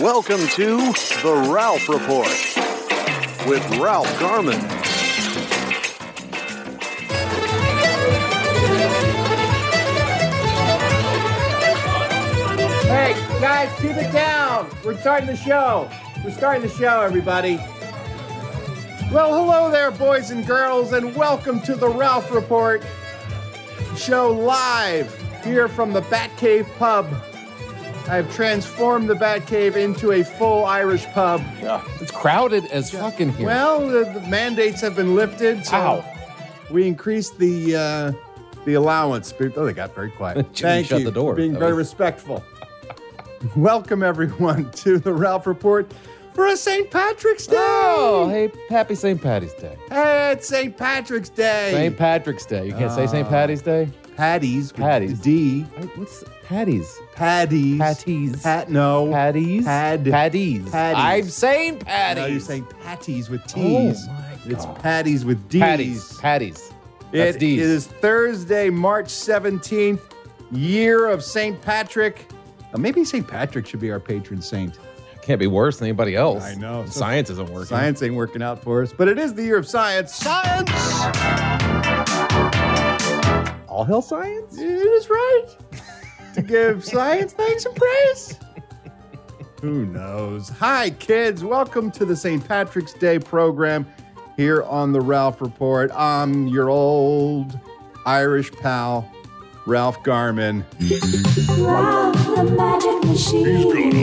Welcome to The Ralph Report with Ralph Garman. Hey, guys, keep it down. We're starting the show. We're starting the show, everybody. Well, hello there, boys and girls, and welcome to the Ralph Report show live here from the Batcave Pub. I have transformed the Batcave into a full Irish pub. It's crowded as fucking here. Well, the, the mandates have been lifted, so Ow. we increased the uh, the allowance. But- Oh, they got very quiet. Jimmy Thank shut you the door. for being That very was- respectful. Welcome everyone to the Ralph Report for a St. Patrick's Day. oh, hey, happy St. Patty's Day. Hey, it's St. Patrick's Day. St. Patrick's Day. You can't say St. Ah. Patty's Day? Patty's. with Patties. D. I- What's Patty's? Patties. Patties. Pat. No. Patties? Pad. Patties. Patties. I'm saying Patties. No, you're saying patties with Oh, T's. my it's God. patties with D's. Patties. Patties. That's It D's. is Thursday, March 17th, year of St. Patrick. Uh, maybe St. Patrick should be our patron saint. Can't be worse than anybody else. I know. Science isn't working. Science ain't working out for us, but it is the year of science. Science! All hell science? It is right to give science thanks and praise. Who knows? Hi, kids. Welcome to the St. Patrick's Day program here on the Ralph Report. I'm your old Irish pal, Ralph Garman. Ralph the Magic Machine.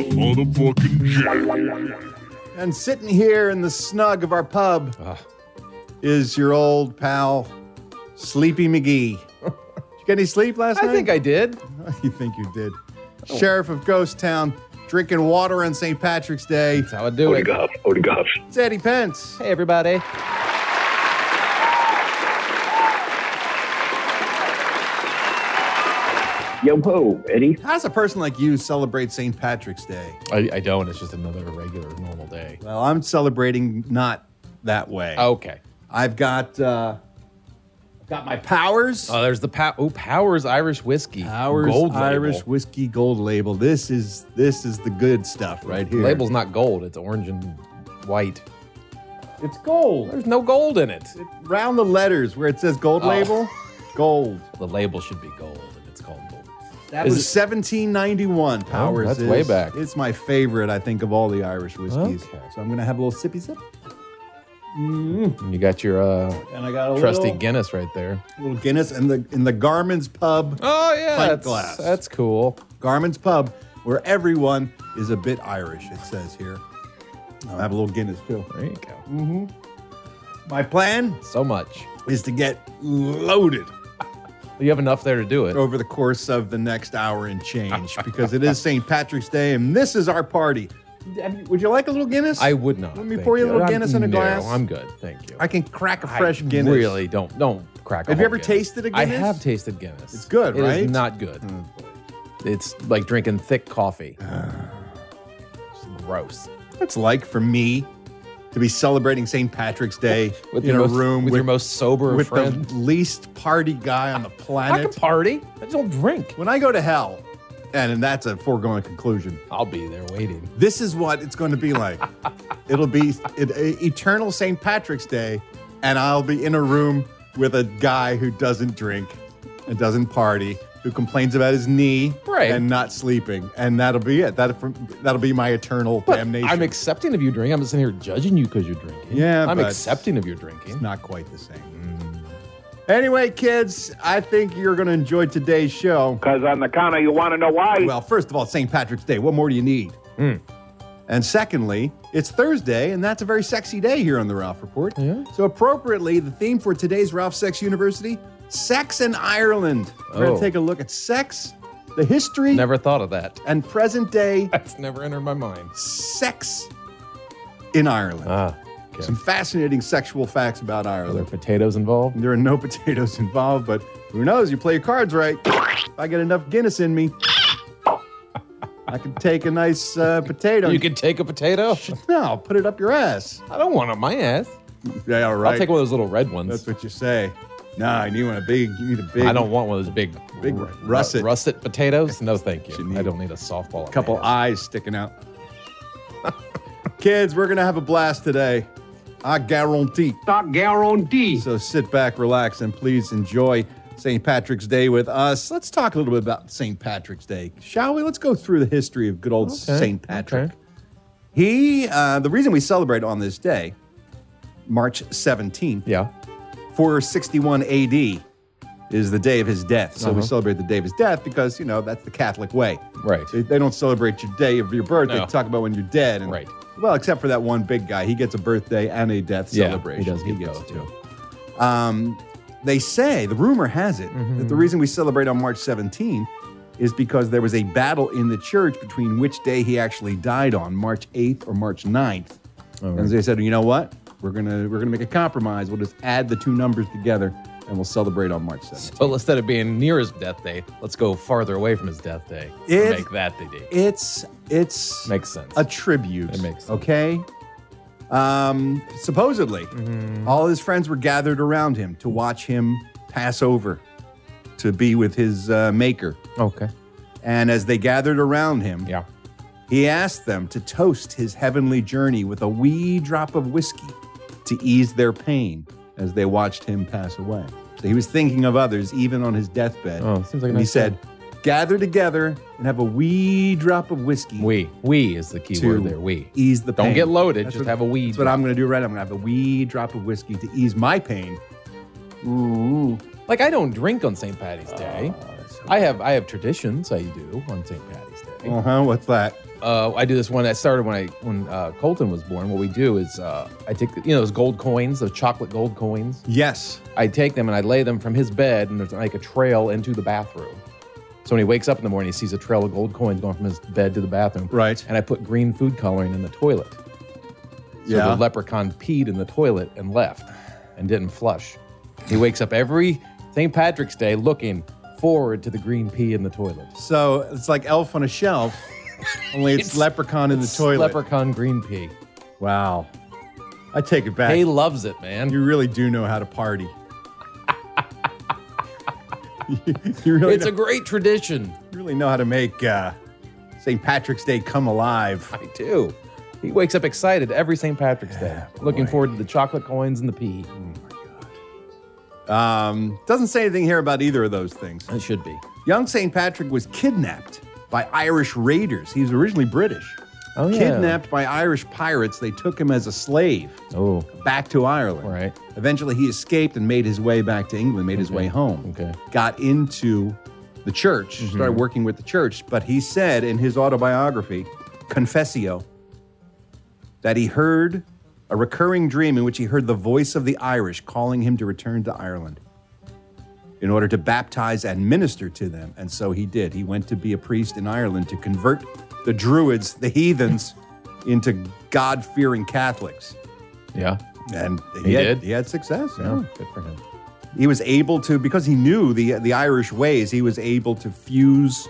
And sitting here in the snug of our pub Ah. is your old pal, Sleepy McGee. Did you get any sleep last I night? think I Oh. did. You think you did. Sheriff of Ghost Town, drinking water on St. Patrick's Day. That's how I do it. Odegaard, Odegaard. It's Eddie Pence. Hey, everybody. Yo ho, Eddie. How does a person like you celebrate St. Patrick's Day? I, I don't. It's just another regular, normal day. Well, I'm celebrating not that way. Okay. I've got uh, I've got my powers. Oh, there's the pow- oh, Powers Irish Whiskey. Powers Gold label. Irish whiskey gold label. This is this is the good stuff right here. Label's not gold, it's orange and white. It's gold. There's no gold in it. Round the letters where it says gold Oh. label. Gold. The label should be gold, and it's called gold. That Is was it- 1791. Powers. that's is- way back. It's my favorite, I think, of all the Irish whiskeys. Okay. So I'm gonna have a little sippy sip, And you got your uh, and I got a trusty little, Guinness right there. little Guinness in the in the Garmin's pub. Oh yeah, Pint that's, glass. that's cool. Garmin's Pub, where everyone is a bit Irish, it says here. I'll have a little Guinness too. There you go. My plan Mm, So much. is to get loaded You have enough there to do it. over the course of the next hour and change because it is St. Patrick's Day and this is our party. I mean, Would you like a little Guinness? I would not. Let me thank pour you a little I'm- Guinness in a no, glass. I'm good, thank you. I can crack a I fresh Guinness. Really don't don't crack. a Have you whole ever Guinness. tasted a I Guinness? have tasted Guinness. It's good, It right? Hmm. is not good. It's like drinking thick coffee. It's gross. It's like for me to be celebrating St. Patrick's Day With in your a most, room with, with, your most sober with the friend. least party guy on the I can planet. party. I just don't drink. when I go to hell, and, and that's a foregone conclusion, I'll be there waiting. this is what it's going to be like. It'll be it, e- eternal St. Patrick's Day, and I'll be in a room with a guy who doesn't drink and doesn't party, who complains about his knee Right. and not sleeping, and that'll be it. That that'll be my eternal But damnation. I'm accepting of you drinking. I'm just sitting here judging you because you're drinking. Yeah, I'm but- accepting of your drinking. It's not quite the same. Mm. Anyway, kids, I think you're going to enjoy today's show. Because on the counter, you want to know why? Well, first of all, St. Patrick's Day. What more do you need? Hmm. And secondly, it's Thursday, and that's a very sexy day here on the Ralph Report. So, appropriately, the theme for today's Ralph Sex University Sex in Ireland. We're going Oh. to take a look at sex, the history, Never thought of that. and present day That's never entered my mind. sex in Ireland. Ah, okay. Some fascinating sexual facts about Are there Ireland. potatoes involved? There are no potatoes involved, but who knows? You play your cards right. If I get enough Guinness in me, I can take a nice uh, potato. You and- can take a potato. no, put it up your ass. I don't want it on my ass. Yeah, all right. I'll take one of those little red ones. That's what you say. Nah, you want a big. You need a big. I don't want one of those big, Big ru- russet. russet potatoes. No, thank you. You need- I don't need a softball. up couple my ass. eyes sticking out. Kids, we're gonna have a blast today. I guarantee. Stock guarantee. So sit back, relax, and please enjoy St. Patrick's Day with us. Let's talk a little bit about St. Patrick's Day, shall we? Let's go through the history of good old Okay, St. Patrick. okay. He, uh, the reason we celebrate on this day, March 17th, Yeah. 461 AD, is the day of his death. So we celebrate the day of his death because, you know, that's the Catholic way. Uh-huh. Right. They, they don't celebrate your day of your birth. They No. talk about when you're dead. And, Right. Well, except for that one big guy. He gets a birthday and a death Yeah, he celebration. does get both, two. Um, they say, the rumor has it, that the reason we celebrate on March 17th is because there was a battle in the church between which day he actually died on, March 8th or March 9th. And they said, you know what? We're gonna we're gonna make a compromise. We'll just add the two numbers together and we'll celebrate on March 7th. So instead of being near his death day, let's go farther away from his death day. and It- make that the day. It's it's Makes sense. a tribute. It makes sense. Okay. Um, supposedly, all his friends were gathered around him to watch him pass over to be with his uh, maker. okay. And as they gathered around him, Yeah. he asked them to toast his heavenly journey with a wee drop of whiskey to ease their pain as they watched him pass away. So he was thinking of others even on his deathbed. Oh, seems like a and he nice guy. said, "Gather together and have a wee drop of whiskey." We. We is the key to word there. We. ease the Don't pain. get loaded. That's just what- have a weed. That's what I'm going to do right. I'm going to have a wee drop of whiskey to ease my pain. Ooh. like I don't drink on St. Patty's Day. I have I have traditions I do on St. Patty's Day. Uh huh. What's that? uh, I do this one that started when I when uh, Colton was born. What we do is uh, I take the, you know those gold coins, those chocolate gold coins. Yes. I take them and I lay them from his bed and there's like a trail into the bathroom. So when he wakes up in the morning, he sees a trail of gold coins going from his bed to the bathroom. Right. And I put green food coloring in the toilet. So Yeah. the leprechaun peed in the toilet and left and didn't flush. He wakes up every St. Patrick's Day looking forward to the green pee in the toilet. So it's like Elf on a Shelf, only it's, It's- leprechaun in the toilet. Leprechaun green pee. wow. I take it back. He loves it, man. you really do know how to party. you, you really it's know, a great tradition. you really know how to make uh, St. Patrick's Day come alive. I do. He wakes up excited every St. Patrick's Day, looking forward to the chocolate coins and the pee. Um, doesn't say anything here about either of those things. It should be. Young St. Patrick was kidnapped by Irish raiders. He was originally British. Oh, yeah. Kidnapped by Irish pirates, they took him as a slave Oh, back to Ireland. Right. Eventually, he escaped and made his way back to England, made his way home. Okay. Mm-hmm. Got into the church, started working with the church, but he said in his autobiography, Confessio, that he heard a recurring dream in which he heard the voice of the Irish calling him to return to Ireland in order to baptize and minister to them. And so he did. He went to be a priest in Ireland to convert the Druids, the heathens, into God fearing Catholics. yeah. And he, He had, did? He had success. yeah. Oh, good for him. He was able to because he knew the the Irish ways. He was able to fuse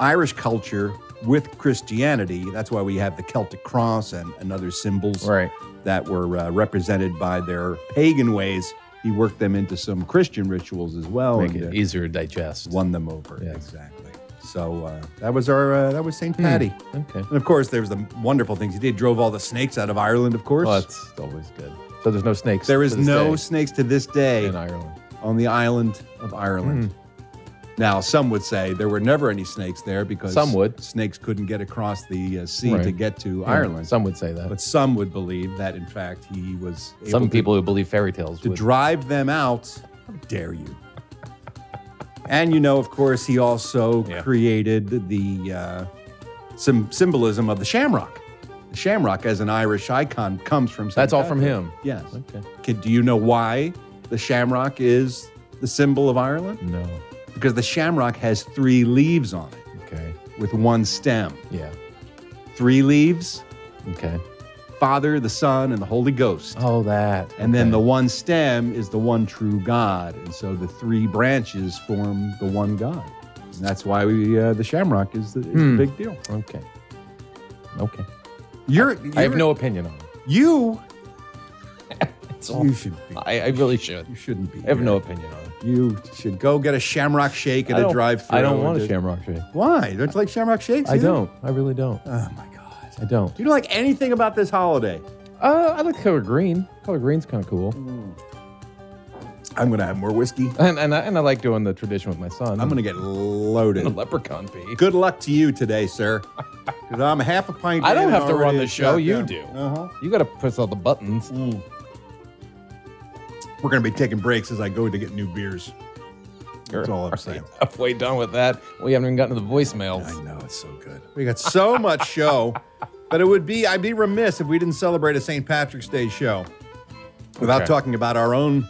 Irish culture with Christianity. That's why we have the Celtic cross and, and other symbols Right. that were uh, represented by their pagan ways. He worked them into some Christian rituals as well. Make and, it uh, easier to digest. won them over. Yes. Exactly. So uh, that was our uh, that was St. Patty. Hmm. Okay. And of course, there was the wonderful things he did. Drove all the snakes out of Ireland. Of course, Well, Oh, that's always good. So there's no snakes. there is to this no day snakes to this day in Ireland. on the island of Ireland. Hmm. Now, some would say there were never any snakes there because Some would. snakes couldn't get across the uh, sea Right. to get to Ireland. Some would say that. but some would believe that, in fact, he was able Some to- people who believe fairy tales to would. drive them out. How dare you? and you know, of course, he also Yeah. created the uh, some symbolism of the shamrock. The shamrock as an Irish icon comes from. St. That's all from Patrick. him. Yes. Okay. Kid, do you know why the shamrock is the symbol of Ireland? No. Because the shamrock has three leaves on it Okay. with one stem. Yeah. Three leaves, Okay. Father, the Son, and the Holy Ghost. Oh, that. And then the one stem is the one true God. And so the three branches form the one God. And that's why we, uh, the shamrock is the, is Hmm. the big deal. Okay. Okay. You're, I have you're- no opinion on it. you. all. You should be. I, I really should. You shouldn't be. I have here. no opinion on it. You should go get a shamrock shake at a drive through I don't want a shamrock shake. Why? You don't you like shamrock shakes? I either? don't. I really don't. Oh my God. I don't. You don't like anything about this holiday. Uh, I like color green. Color green's kind of cool. I'm going to have more whiskey. And, and, I, and I like doing the tradition with my son. I'm going to get loaded. a leprechaun pee. Good luck to you today, sir. Because I'm half a pint. I don't in have to already run and the show. shot You down. do. Uh-huh. You got to press all the buttons. Mm, We're going to be taking breaks as I go to get new beers. That's all I'm saying. Halfway done with that. We haven't even gotten to the voicemails. I know it's so good. We got so much show, but it would be I'd be remiss if we didn't celebrate a St. Patrick's Day show without Okay. talking about our own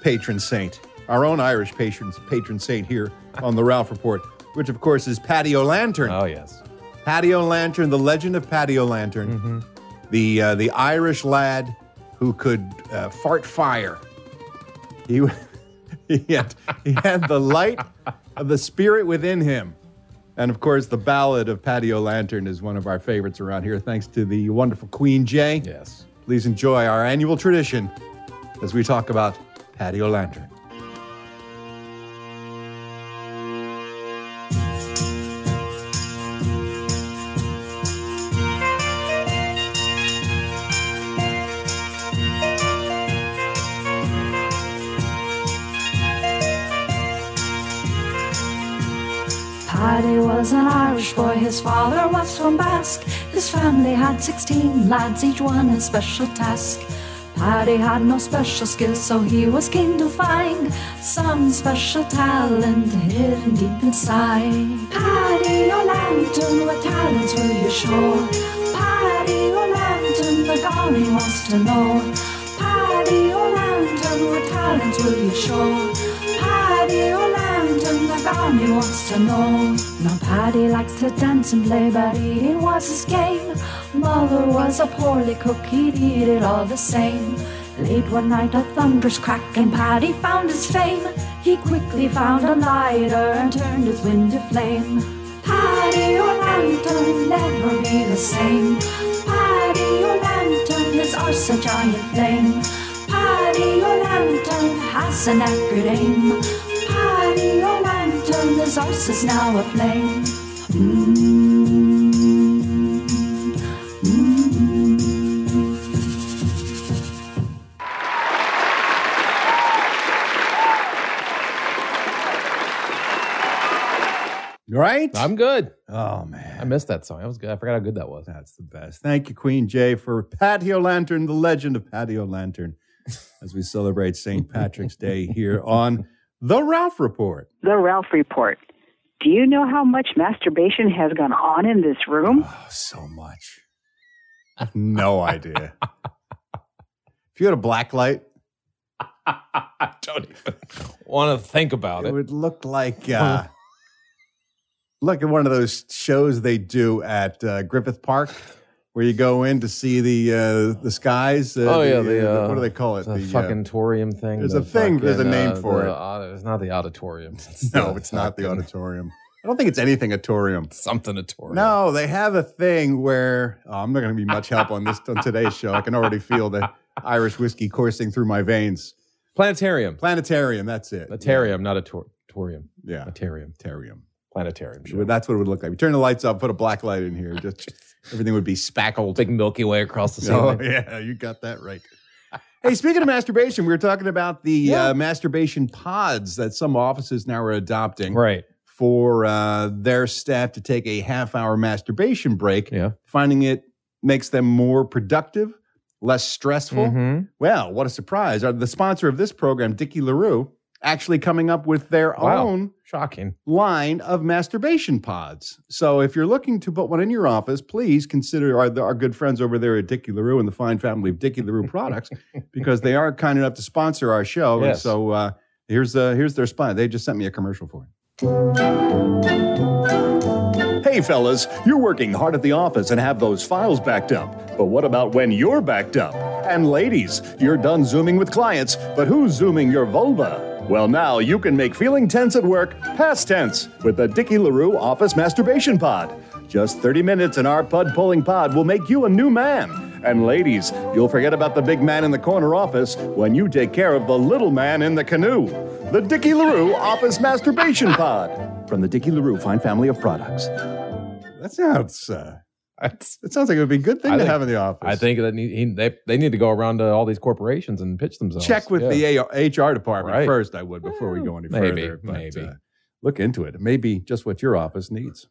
patron saint, our own Irish patron patron saint here on the Ralph Report, which of course is Patio Lantern. Oh, yes. Patio Lantern, the legend of Patio Lantern, the uh, the Irish lad who could uh, fart fire. He he had, he had the light of the spirit within him, and of course, the ballad of Patio Lantern is one of our favorites around here. Thanks to the wonderful Queen Jay. Yes. Please enjoy our annual tradition as we talk about Patio Lantern. Paddy was an Irish boy, his father was from Basque. His family had 16 lads, each one a special task. Paddy had no special skills, so he was keen to find some special talent hidden deep inside. Paddy O'Lantern, what talents will you show? Paddy O'Lantern, the Garney wants to know. Paddy O'Lantern, what talents will you show? Paddy O'Lantern, the Garney wants to know. Now Paddy likes to dance and play, but eating was his game. Mother was a poorly cook, he'd eat it all the same. Late one night a thunder's crack and Paddy found his fame. He quickly found a lighter and turned his wind to flame. Paddy O'Lantern, never be the same. Paddy O'Lantern is also a giant flame. Paddy O'Lantern has an accurate aim. Paddy O'Lantern, his arse is now aflame. Right? I'm good. oh man. I missed that song. That was good. I forgot how good that was. That's the best. Thank you, Queen Jay, for Patio Lantern, the legend of Patio Lantern, as we celebrate St. Patrick's Day here on The Ralph Report. The Ralph Report. Do you know how much masturbation has gone on in this room? Oh, so much. I have No idea. If you had a black light, I don't even want to think about it it. would look like uh, look at one of those shows they do at uh, Griffith Park, where you go in to see the uh, the skies. Uh, Oh, yeah, the, uh, what do they call it? The, The, uh, fucking torium thing. there's the a thing, there's a fucking, name uh, for the it. au- it's not the auditorium. No, it's not the fucking auditorium. I don't think it's anything auditorium. Something auditorium. No, they have a thing where oh, I'm not going to be much help on this on today's show. I can already feel the Irish whiskey coursing through my veins. Planetarium. Planetarium, that's it. Planetarium, not a tor- torium. Yeah, Atarium. planetarium. Planetarium. sure. That's what it would look like. We turn the lights up, put a black light in here. Just everything would be spackled. Big Milky Way across the Oh, ceiling. yeah, you got that right. Hey, speaking of masturbation, we were talking about the uh, masturbation pods that some offices now are adopting. Right. for uh, their staff to take a half hour masturbation break, Yeah. finding it makes them more productive, less stressful. Mhm. Well, what a surprise. Are the sponsor of this program, Dickie LaRue, actually coming up with their Wow. own Shocking. line of masturbation pods. So if you're looking to put one in your office, please consider our, our good friends over there at Dickie LaRue and the fine family of Dickie LaRue products because they are kind enough to sponsor our show. And Yes. so uh, here's, uh, here's their spot. They just sent me a commercial for it. Hey, fellas, you're working hard at the office and have those files backed up. But what about when you're backed up? And ladies, you're done zooming with clients, but who's zooming your vulva? Well, now you can make feeling tense at work past tense with the Dicky LaRue Office Masturbation Pod. Just 30 minutes in our pud pulling pod will make you a new man. And ladies, you'll forget about the big man in the corner office when you take care of the little man in the canoe. The Dicky LaRue Office Masturbation Pod from the Dicky LaRue Fine Family of Products. That sounds. Uh, That's- that sounds like it would be a good thing I to think- have in the office. I think that need, he, they they need to go around to all these corporations and pitch themselves. check with Yeah. the AR, HR department Right. first. I would before we go any Maybe, further. But, maybe. uh, look into it. It may be just what your office needs.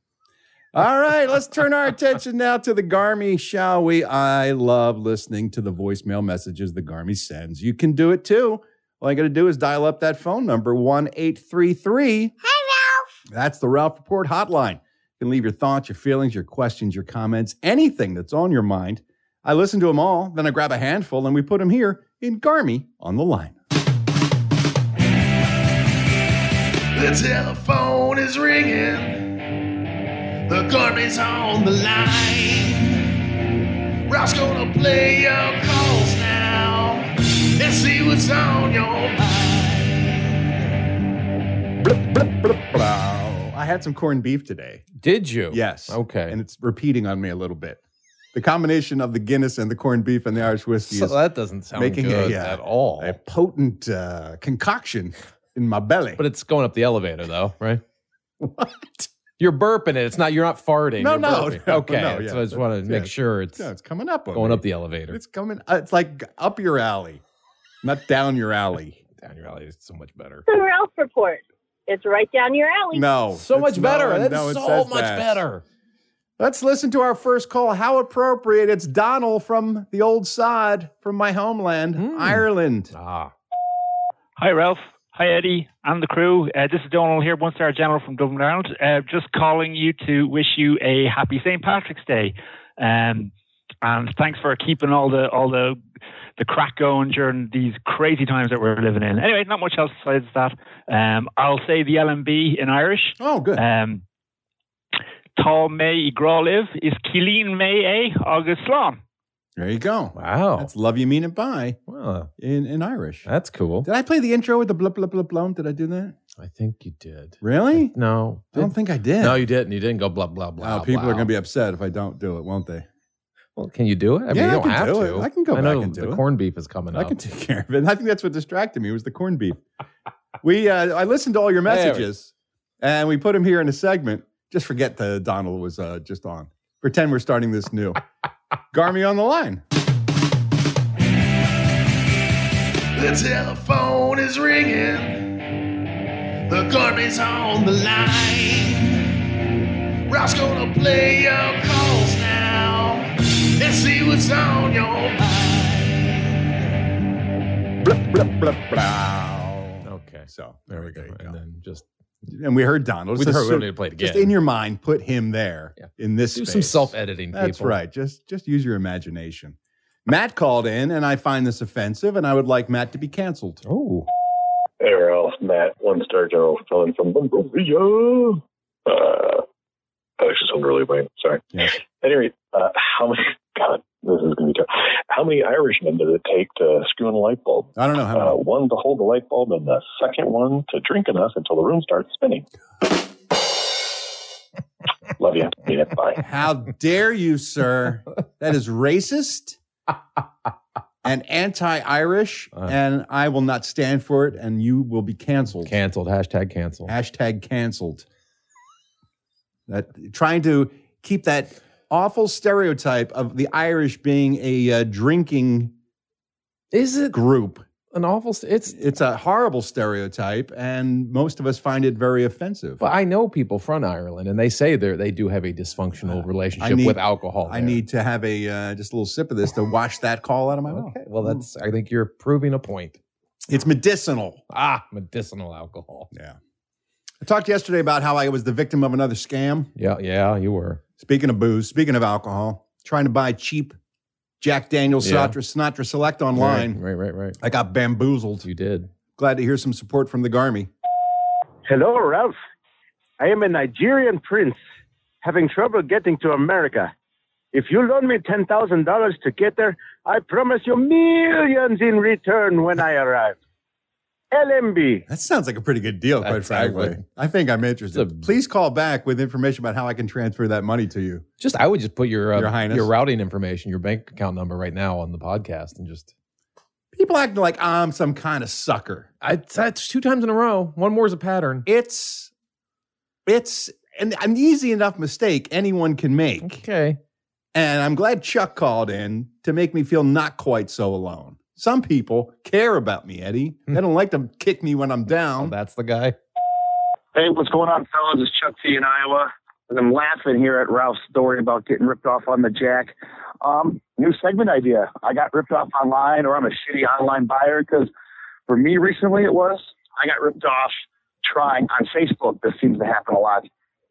All right, let's turn our attention now to the Garmy, shall we? I love listening to the voicemail messages the Garmy sends. You can do it too. All you got to do is dial up that phone number one eight three three. Hey Ralph. That's the Ralph Report hotline. You can leave your thoughts, your feelings, your questions, your comments, anything that's on your mind. I listen to them all, then I grab a handful and we put them here in Garmy on the line. The telephone is ringing. The garbage on the line. Ralph's gonna play your calls now and see what's on your mind. Wow. I had some corned beef today. Did you? Yes. Okay. And it's repeating on me a little bit. The combination of the Guinness and the corned beef and the Irish whiskey so is that doesn't sound making a- good yeah. at all. a potent uh, concoction in my belly. But it's going up the elevator though, right? what? You're burping it. It's not. You're not farting. No, You're no, burping. no, okay. no, yeah. so I just want to Yeah. make sure it's Yeah, it's coming up. on going me. up the elevator. It's coming. uh, It's like up your alley, not down your alley. down your alley is so much better. The Ralph Report. It's right down your alley. No. So it's- much no, better. That's no, it so says much that. better. Let's listen to our first call. How appropriate. It's Donald from the old sod from my homeland, Hmm. Ireland. Ah, Hi, Ralph. Hi, Eddie and the crew. Uh, this is Donald here, one star general from Dublin, Ireland. Uh, just calling you to wish you a happy St. Patrick's Day. Um, and thanks for keeping all the all the the crack going during these crazy times that we're living in. Anyway, not much else besides that. Um, I'll say the LMB in Irish. Oh, good. Um, Tá mé i gráliv is Killeen mé é agus slán. There you go. wow. That's love you mean it by Wow, in, in Irish. that's cool. Did I play the intro with the blip blip blip blum? Did I do that? I think you did. Really? No, I don't think I did. No, you didn't. You didn't go blah blah blah. Wow, people are blah. going to be upset if I don't do it, won't they? Well, can you do it? I mean, Yeah, you I don't can have do to. it. I can go I know back and do the it. corn beef is coming I up. can take care of it. I think that's what distracted me was the corned beef. we uh, I listened to all your There we- messages, and we put them here in a segment. Just forget the Donald was uh, just on. Pretend we're starting this new. Garmy on the line. The telephone is ringing. The garbage on the line. Ralph's gonna play your calls now and see what's on your mind. Blip, blip, blip, blow. Okay, So there we go. And then just And we heard Donald. we So- heard so- we need to play it again. just in your mind, put him there Yeah. in this. do some space. self editing. That's right. Just just use your imagination. Matt called in, and I find this offensive, and I would like Matt to be canceled. Oh, Hey, Ralph, Matt, one star general calling from Monrovia. Uh, oh, that just sounded really lame. Sorry. Yes. Anyway, uh, how many? God, this is gonna be tough. How many Irishmen did it take to screw in a light bulb? I don't know how. Oh. Uh, one to hold the light bulb, and the second one to drink enough until the room starts spinning. Love you. Yeah, bye. How dare you, sir? That is racist and anti-Irish, Uh. and I will not stand for it. And you will be canceled. canceled. Hashtag canceled. Hashtag canceled. That trying to keep that awful stereotype of the Irish being a uh, drinking Is it group. an awful? St- it's. It's a horrible stereotype, and most of us find it very offensive. But I know people from Ireland, and they say they they do have a dysfunctional relationship need- with alcohol. I there. need to have a uh, just a little sip of this to wash that call out of my Oh, mouth. Okay, well, hmm. that's. I think you're proving a point. It's medicinal. Ah, medicinal alcohol. Yeah. I talked yesterday about how I was the victim of another scam. Yeah, yeah, you were. Speaking of booze, speaking of alcohol, trying to buy cheap Jack Daniel Yeah. Sinatra, Sinatra Select online. Right, right, right, right. I got bamboozled. You did. Glad to hear some support from the Garmy. Hello, Ralph. I am a Nigerian prince having trouble getting to America. If you loan me $10,000 to get there, I promise you millions in return when I arrive. LMB. That sounds like a pretty good deal, quite frankly. I think I'm interested. Please call back with information about how I can transfer that money to you. Just I would just put your uh, Your Highness. your routing information, your bank account number right now on the podcast, and just People acting like I'm some kind of sucker. I, that's two times in a row. One more is a pattern. It's it's an, an easy enough mistake anyone can make. Okay. And I'm glad Chuck called in to make me feel not quite so alone. Some people care about me, Eddie. Hmm. They don't like to kick me when I'm down. that's the guy. Hey, what's going on, fellas? It's Chuck T in Iowa. And I'm laughing here at Ralph's story about getting ripped off on the jack. Um, new segment idea. I got ripped off online, or I'm a shitty online buyer because for me recently it was I got ripped off trying on Facebook. This seems to happen a lot.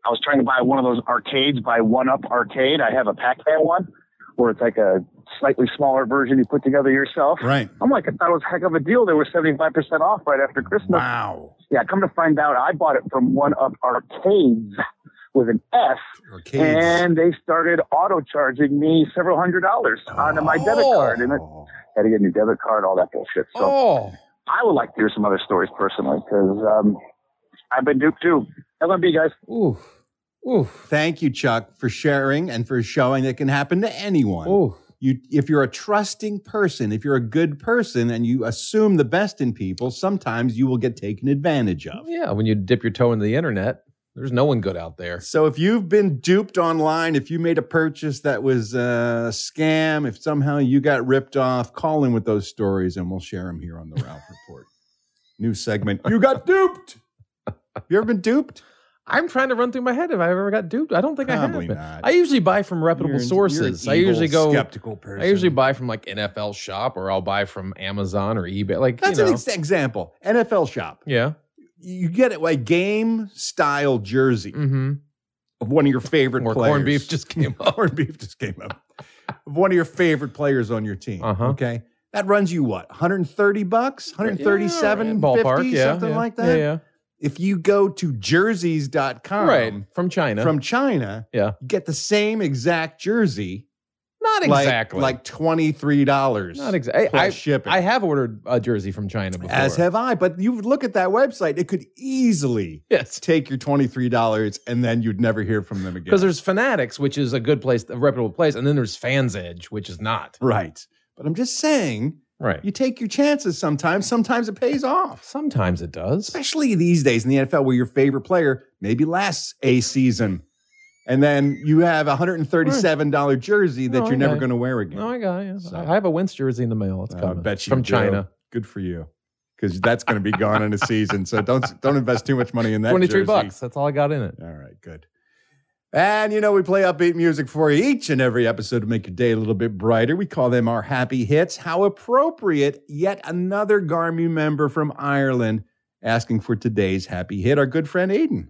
I was trying to buy one of those arcades by One Up Arcade. I have a Pac-Man one where it's like a slightly smaller version you put together yourself. Right. I'm like, I thought it was a heck of a deal. They were 75% off right after Christmas. Wow. Yeah, come to find out, I bought it from One Up Arcades with an S, Arcades. and they started auto charging me several hundred dollars onto Oh. my debit card, and it had to get a new debit card, all that bullshit. So Oh. I would like to hear some other stories personally because um, I've been duped too. LMB guys. Ooh. Ooh. Thank you, Chuck, for sharing and for showing that can happen to anyone. Ooh. You, if you're a trusting person, if you're a good person and you assume the best in people, sometimes you will get taken advantage of. Oh, Yeah, when you dip your toe into the internet, there's no one good out there. So if you've been duped online, if you made a purchase that was uh, a scam, if somehow you got ripped off, call in with those stories and we'll share them here on the Ralph Report. New segment. You got duped. You ever been duped? I'm trying to run through my head if I ever got duped. I don't think Probably I have. not. I usually buy from reputable You're an- you're an sources. I evil, usually go skeptical person. I usually buy from like NFL Shop or I'll buy from Amazon or eBay. Like That's you know, an ex- example. NFL shop. yeah. You get it like game style jersey of one of your favorite Mm. Or players. mm-hmm. corned beef just came up. corned beef just came up. of one of your favorite players on your team. Uh-huh. Okay. That runs you what? 130 bucks? 137 Yeah, ballpark, yeah, something yeah. like that. Yeah, yeah. If you go to jerseys.com Right, from China. From China, Yeah. you get the same exact jersey. Not like- exactly. Like, $23. Not exactly. plus I, shipping. I have ordered a jersey from China before. As have I, but you look at that website, it could easily Yes. take your $23 and then you'd never hear from them again. because there's Fanatics, which is a good place, a reputable place, and then there's Fans Edge, which is not. Right. But I'm just saying, Right. you take your chances sometimes. Sometimes it pays off. Sometimes it does. Especially these days in the NFL where your favorite player maybe lasts a season. And then you have a $137 jersey that Oh, you're never okay. going to wear again. No, I got you. I have a Wentz jersey in the mail. It's I coming. bet you from do. China. Good for you. Because that's going to be gone in a season. So don't don't invest too much money in that. 23 jersey. bucks. That's all I got in it. All right, good. And you know, we play upbeat music for you each and every episode to make your day a little bit brighter. We call them our happy hits. How appropriate, yet another Garmy member from Ireland asking for today's happy hit, our good friend Aiden.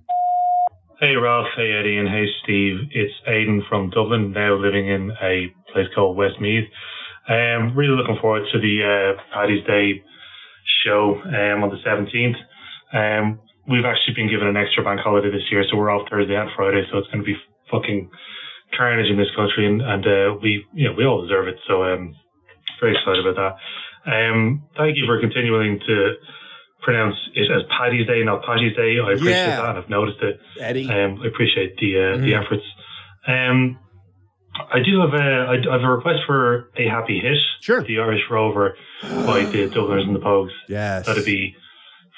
Hey Ralph, hey Eddie, and hey Steve. It's Aidan from Dublin, now living in a place called Westmeath. Um, really looking forward to the uh, Paddy's Day show um, on the 17th. Um, we've actually been given an extra bank holiday this year, so we're off Thursday and Friday, so it's going to be fucking carnage in this country, and, and uh, we, you know, we all deserve it. So, um, very excited about that. Um, thank you for continuing to pronounce it as Paddy's Day, not Patty's Day. I appreciate Yeah. Mm-hmm. that, and I've noticed it. Eddie. Um, I appreciate the uh, the efforts. Um, I do have a I do have a request for a happy hit. Sure. The Irish Rover by the Dubliners and the Pogues. Yes. That'd be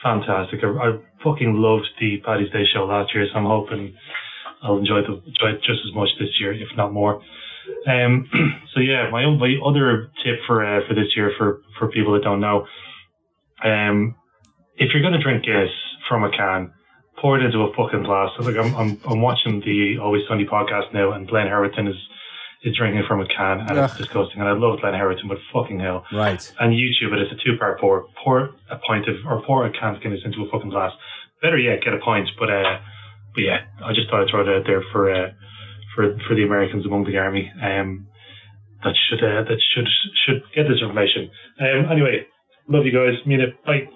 fantastic. I, I fucking loved the Paddy's Day show last year, so I'm hoping I'll enjoy the enjoy it just as much this year, if not more. Um, so yeah, my own, my other tip for uh, for this year for for people that don't know, um, if you're gonna drink Guinness from a can, pour it into a fucking glass. So, like I'm, I'm I'm watching the Always Sunny podcast now, and Glenn Harrington is is drinking from a can, and it's Ugh. disgusting. And I love Glenn Harrington, but fucking hell. Right. And YouTube it. It's a two part pour. Pour a pint of or pour a can of Guinness into a fucking glass. Better yet, get a pint. But uh, but yeah, I just thought I'd throw it out there for uh, for for the Americans among the army. Um, that should uh, that should should get this information. Um, anyway, love you guys. Mean it. Bye.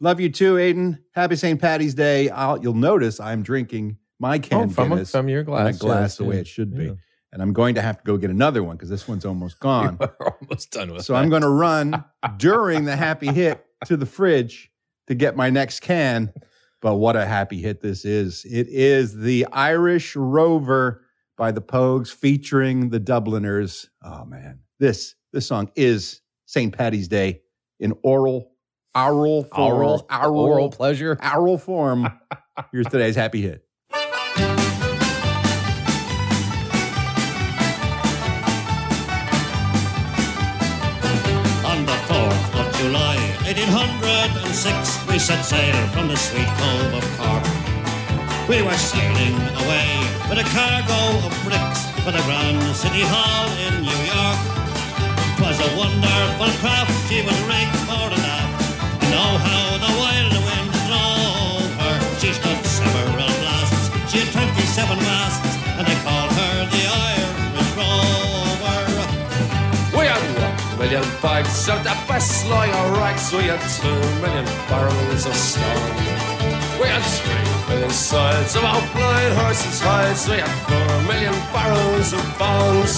Love you too, Aiden. Happy St. Patty's Day. I'll, you'll notice I'm drinking my canned Oh, from a- Guinness from your in glass, a glass yes, the way yeah, it should be. yeah. And I'm going to have to go get another one because this one's almost gone. almost done with. So I'm going to run during the happy hit to the fridge to get my next can. But what a happy hit this is. It is the Irish Rover by the Pogues featuring the Dubliners. Oh man. This this song is St. Patty's Day in oral oral form, Oral- oral pleasure oral form. Here's today's happy hit. On the 4th of July, 1806, we set sail from the sweet cove of Cork. We were sailing away with a cargo of bricks for the Grand City Hall in New York. 'Twas a wonderful craft, she was rigged for the laugh. And oh, how the wild wind drove her. She stood several blasts, she had 27 masts, and they called her the Irish Rover. We had one million bags of the best lawyer rags. We had two million barrels of stone. We had three million sides of our blind horses' hides. We had four million barrels of bones.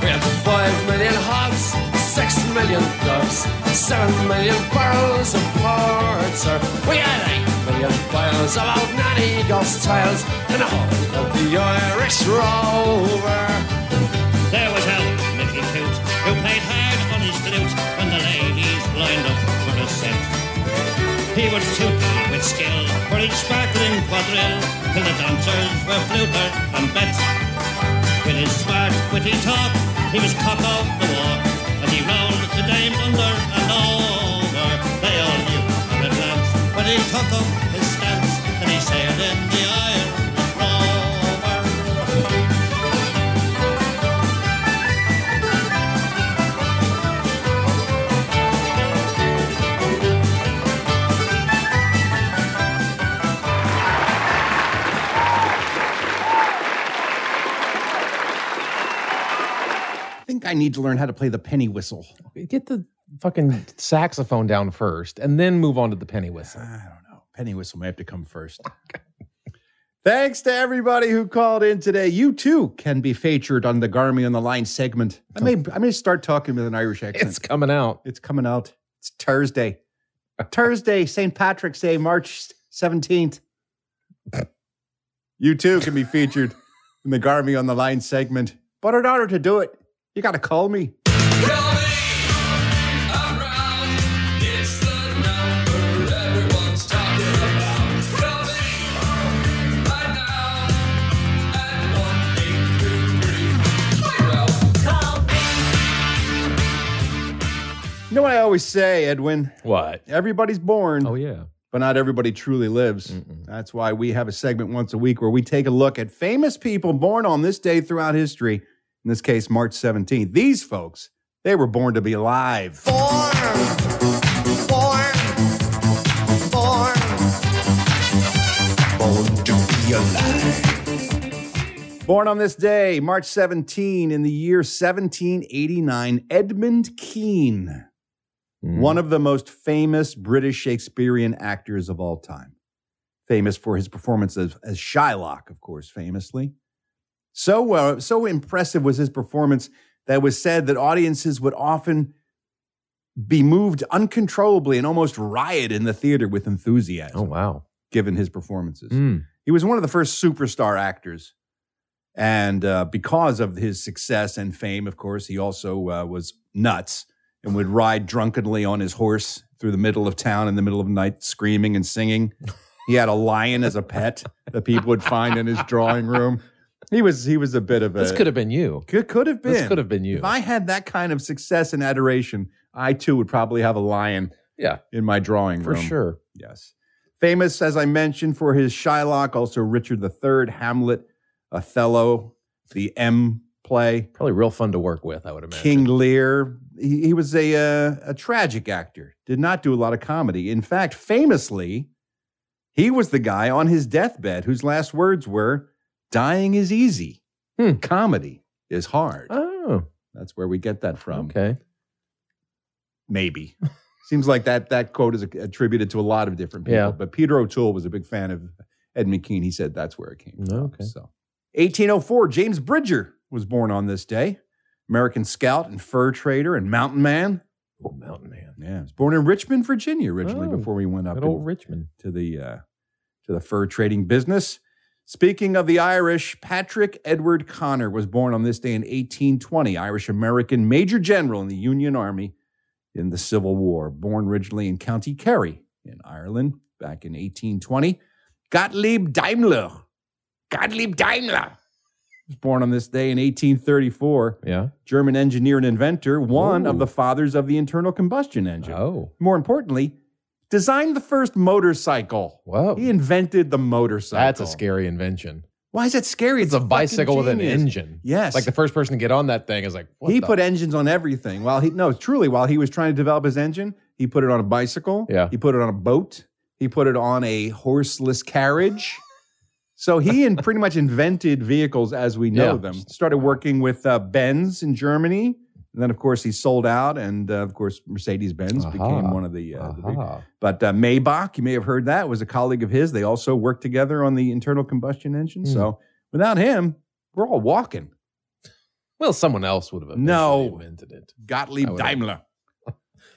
We had five million hogs, six million doves, seven million barrels of porter. We had eight million piles of old nanny ghost tales and a whole of the Irish rover. There was old Mickey Coot, who played hard on his flute when the ladies lined up for a set. He was tooting with skill for each sparkling quadrille, till the dancers were fluter and bet. With his smart, witty talk, he was cock of the walk, as he rolled the dame under and over. They all knew at a glance, but he took up his stance, and he sailed in the Irish rover. I think I need to learn how to play the penny whistle. Get the fucking saxophone down first, and then move on to the penny whistle. I don't know. Penny whistle may have to come first. Thanks to everybody who called in today. You too can be featured on the Garmy on the Line segment. I may I may start talking with an Irish accent. It's coming out. It's coming out. It's Thursday. Thursday, St. Patrick's Day, March 17th. You too can be featured in the Garmy on the Line segment. But in order to do it, you got to call me. It's the number everyone's talking about. Call me right now at 1-833. Hi, Ralph. Call You know what I always say, Edwin? What? Everybody's born. Oh, yeah. But not everybody truly lives. That's why we have a segment once a week where we take a look at famous people born on this day throughout history. In this case, March 17th. These folks, they were born to be alive. Born, born, born to be alive. Born on this day, March 17, in the year 1789, Edmund Kean, one of the most famous British Shakespearean actors of all time. Famous for his performance as, as Shylock, of course, famously. So well, so impressive was his performance that it was said that audiences would often be moved uncontrollably and almost riot in the theater with enthusiasm. Oh wow! Given his performances, Mm. he was one of the first superstar actors, and uh, because of his success and fame, of course, he also uh, was nuts and would ride drunkenly on his horse through the middle of town in the middle of the night, screaming and singing. He had a lion as a pet that people would find in his drawing room. He was he was a bit of a This could have been you. Could could have been. This could have been you. If I had that kind of success and adoration, I too would probably have a lion. Yeah. In my drawing For room. sure. Yes. Famous, as I mentioned, for his Shylock, also Richard III, Hamlet, Othello, the M play. Probably real fun to work with, I would imagine. King Lear. He, he was a uh, a tragic actor. Did not do a lot of comedy. In fact, famously, he was the guy on his deathbed whose last words were, "Dying is easy. Comedy is hard." Hmm. Oh, that's where we get that from. Okay, maybe. Seems like that that quote is attributed to a lot of different people. Yeah. But Peter O'Toole was a big fan of Ed McKean. He said that's where it came from. Okay. So 1804, James Bridger was born on this day. American scout and fur trader and mountain man. Oh, mountain man. Yeah, he was born in Richmond, Virginia originally Oh, before we went up Good in- old Richmond. to the uh, to the fur trading business. Speaking of the Irish, Patrick Edward Connor was born on this day in 1820, Irish American Major General in the Union Army in the Civil War. Born originally in County Kerry in Ireland back in 1820. Gottlieb Daimler, Gottlieb Daimler was born on this day in 1834. Yeah. German engineer and inventor, one Ooh. of the fathers of the internal combustion engine. Oh. More importantly, designed the first motorcycle. Whoa. He invented the motorcycle. That's a scary invention. Why is that scary? It's a fucking bicycle with an genius. engine. Yes. Like the first person to get on that thing is like, what he the- put engines on everything. While he no, truly, while he was trying to develop his engine, he put it on a bicycle. Yeah. He put it on a boat. He put it on a horseless carriage. So he and pretty much invented vehicles as we know Yeah. them. Started working with uh, Benz in Germany, and then of course he sold out, and uh, of course Mercedes Benz became Aha. one of the. Uh, the big- Ah. but uh, Maybach, you may have heard that, was a colleague of his. They also worked together on the internal combustion engine. Hmm. So without him, we're all walking. Well, someone else would have eventually No. invented it. I Gottlieb would- Daimler.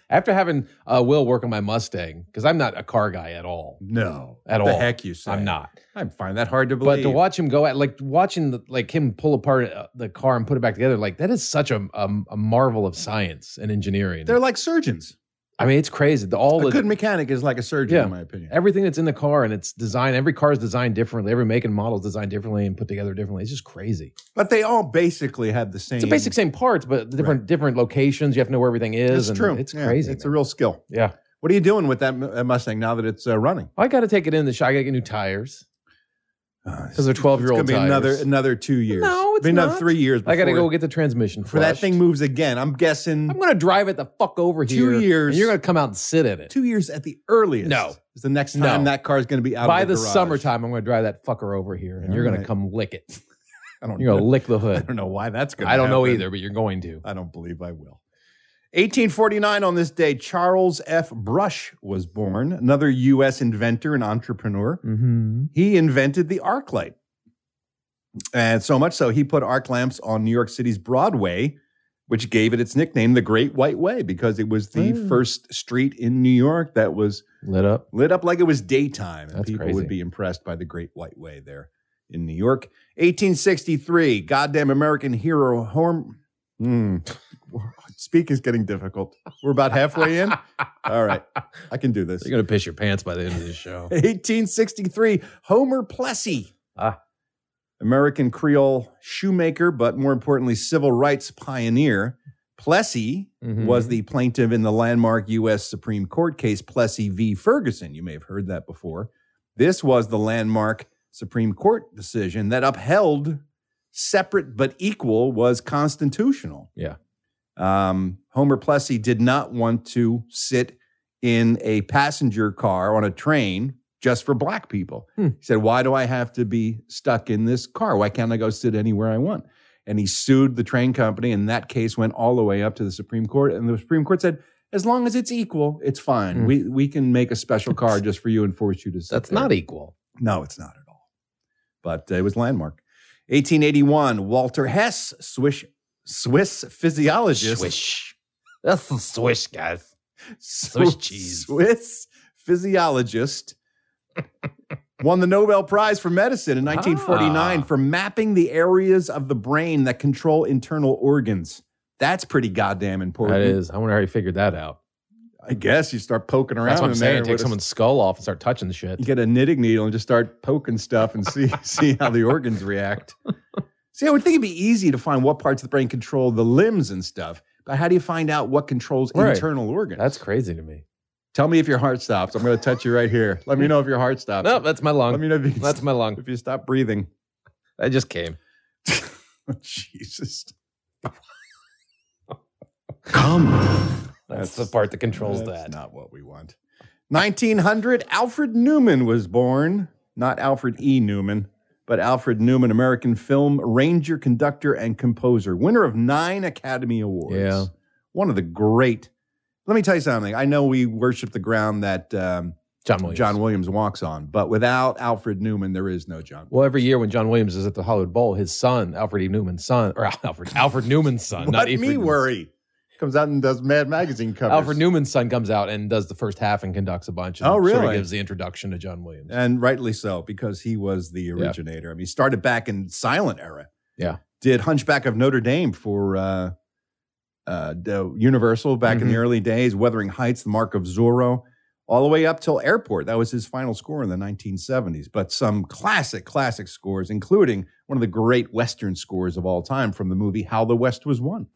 After having uh, Will work on my Mustang, because I'm not a car guy at all. No, At the all. heck you say? I'm not. I find that hard to But believe. to watch him go at like watching the, like him pull apart uh, the car and put it back together, like that is such a, a, a marvel of science and engineering. they're like surgeons. I mean, it's crazy. The, all a the good mechanic is like a surgeon, Yeah. in my opinion. everything that's in the car and it's designed. Every car is designed differently. Every make and model is designed differently and put together differently. It's just crazy. But they all basically have the same. It's the basic same parts, but the different different locations. You have to know where everything It's is. and true. It's Yeah, crazy. It's man. a real skill. yeah. What are you doing with that uh, Mustang now that it's uh, running? I got to take it in the shop. I got to get new tires because Uh, they're Uh, It's twelve year gonna old be tires. another another two years. No, it's Be another not. three years. I got to before- go get the transmission for that flushed. thing moves again. I'm guessing I'm gonna drive it the fuck over Two here. and years. you're gonna come out and sit in it. two years at the earliest. No. is the next time No. that car is going to be out By of the, the, garage. summertime, I'm gonna drive that fucker over here, and All you're gonna right. come lick it. I don't You're gonna know. lick the I hood. don't know why that's going. to I don't know happen. either, but you're going to. I don't believe I will. 1849 on this day, Charles F. Brush was born, another U.S. inventor and entrepreneur. Mm-hmm. He invented the arc light. And so much so, he put arc lamps on New York City's Broadway, which gave it its nickname, the Great White Way, because it was the Mm. first street in New York that was Lit up. lit up like it was daytime. And That's people crazy. would be impressed by the Great White Way there in New York. 1863, goddamn American hero Horm. Hmm. Speak is getting difficult. We're about halfway in. All right, I can do this. You're gonna piss your pants by the end of this show. 1863, Homer Plessy. Ah. American Creole shoemaker, but more importantly, civil rights pioneer. Plessy Mhm. was the plaintiff in the landmark U.S. Supreme Court case Plessy v. Ferguson. You may have heard that before. This was the landmark Supreme Court decision that upheld separate but equal was constitutional. Yeah. Um, Homer Plessy did not want to sit in a passenger car on a train just for black people. Hmm. He said, Why do I have to be stuck in this car? Why can't I go sit anywhere I want? And he sued the train company, and that case went all the way up to the Supreme Court. And the Supreme Court said, as long as it's equal, it's fine. Hmm. We we can make a special car just for you and force you to sit. That's there." not equal. No, it's not at all. But uh, it was landmark. 1881, Walter Hess, Swiss Swiss physiologist, Swish. That's the swish, guys. Swiss cheese. Swiss physiologist, won the Nobel Prize for Medicine in 1949 Ah. for mapping the areas of the brain that control internal organs. That's pretty goddamn important. That is. I wonder how he figured that out. I guess you start poking around. That's what I'm in there saying. with Take a- someone's skull off and start touching the shit. You get a knitting needle and just start poking stuff and see see how the organs react. See, I would think it'd be easy to find what parts of the brain control the limbs and stuff, but how do you find out what controls Right. internal organs? That's crazy to me. Tell me if your heart stops. I'm going to touch you right here. Let me know if your heart stops. No, that's my Let lung. me know if you, That's my lung. if you stop breathing. That just came. Jesus. That's, the part that controls That's that. not what we want. 1900, Alfred Newman was born. Not Alfred E. Newman, but Alfred Newman, American film ranger, conductor, and composer, winner of nine Academy Awards. Yeah. One of the great. Let me tell you something. I know we worship the ground that um, John Williams. John Williams walks on. But without Alfred Newman, there is no John. Well, every year when John Williams is at the Hollywood Bowl, his son, Alfred E. Newman's son, or Alfred Alfred Newman's son, not Let Alfred me Newman's- worry. Comes out and does Mad Magazine covers. Alfred Newman's son comes out and does the first half and conducts a bunch. And Oh, Sort of really? gives the introduction to John Williams. And rightly so, because he was the originator. I mean, he started back in silent era. Yeah. Did Hunchback of Notre Dame for uh, uh, the Universal back in the Mhm. early days, Wuthering Heights, The Mark of Zorro, all the way up till Airport. That was his final score in the 1970s. But some classic, classic scores, including one of the great Western scores of all time from the movie How the West Was Won.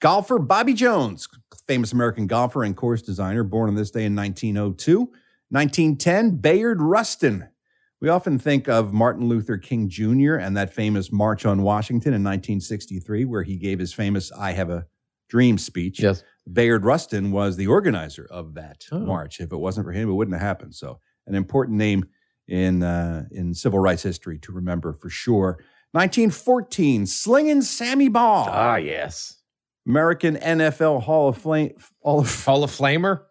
Golfer Bobby Jones, famous American golfer and course designer, born on this day in 1902. 1910, Bayard Rustin. We often think of Martin Luther King Jr. and that famous March on Washington in 1963, where he gave his famous I Have a Dream speech. Yes. Bayard Rustin was the organizer of that Oh. march. If it wasn't for him, it wouldn't have happened. So, an important name in, uh, in civil rights history to remember for sure. 1914, Slingin' Sammy Ball. Ah, yes. American NFL Hall of Flame Hall of, Hall of Flamer.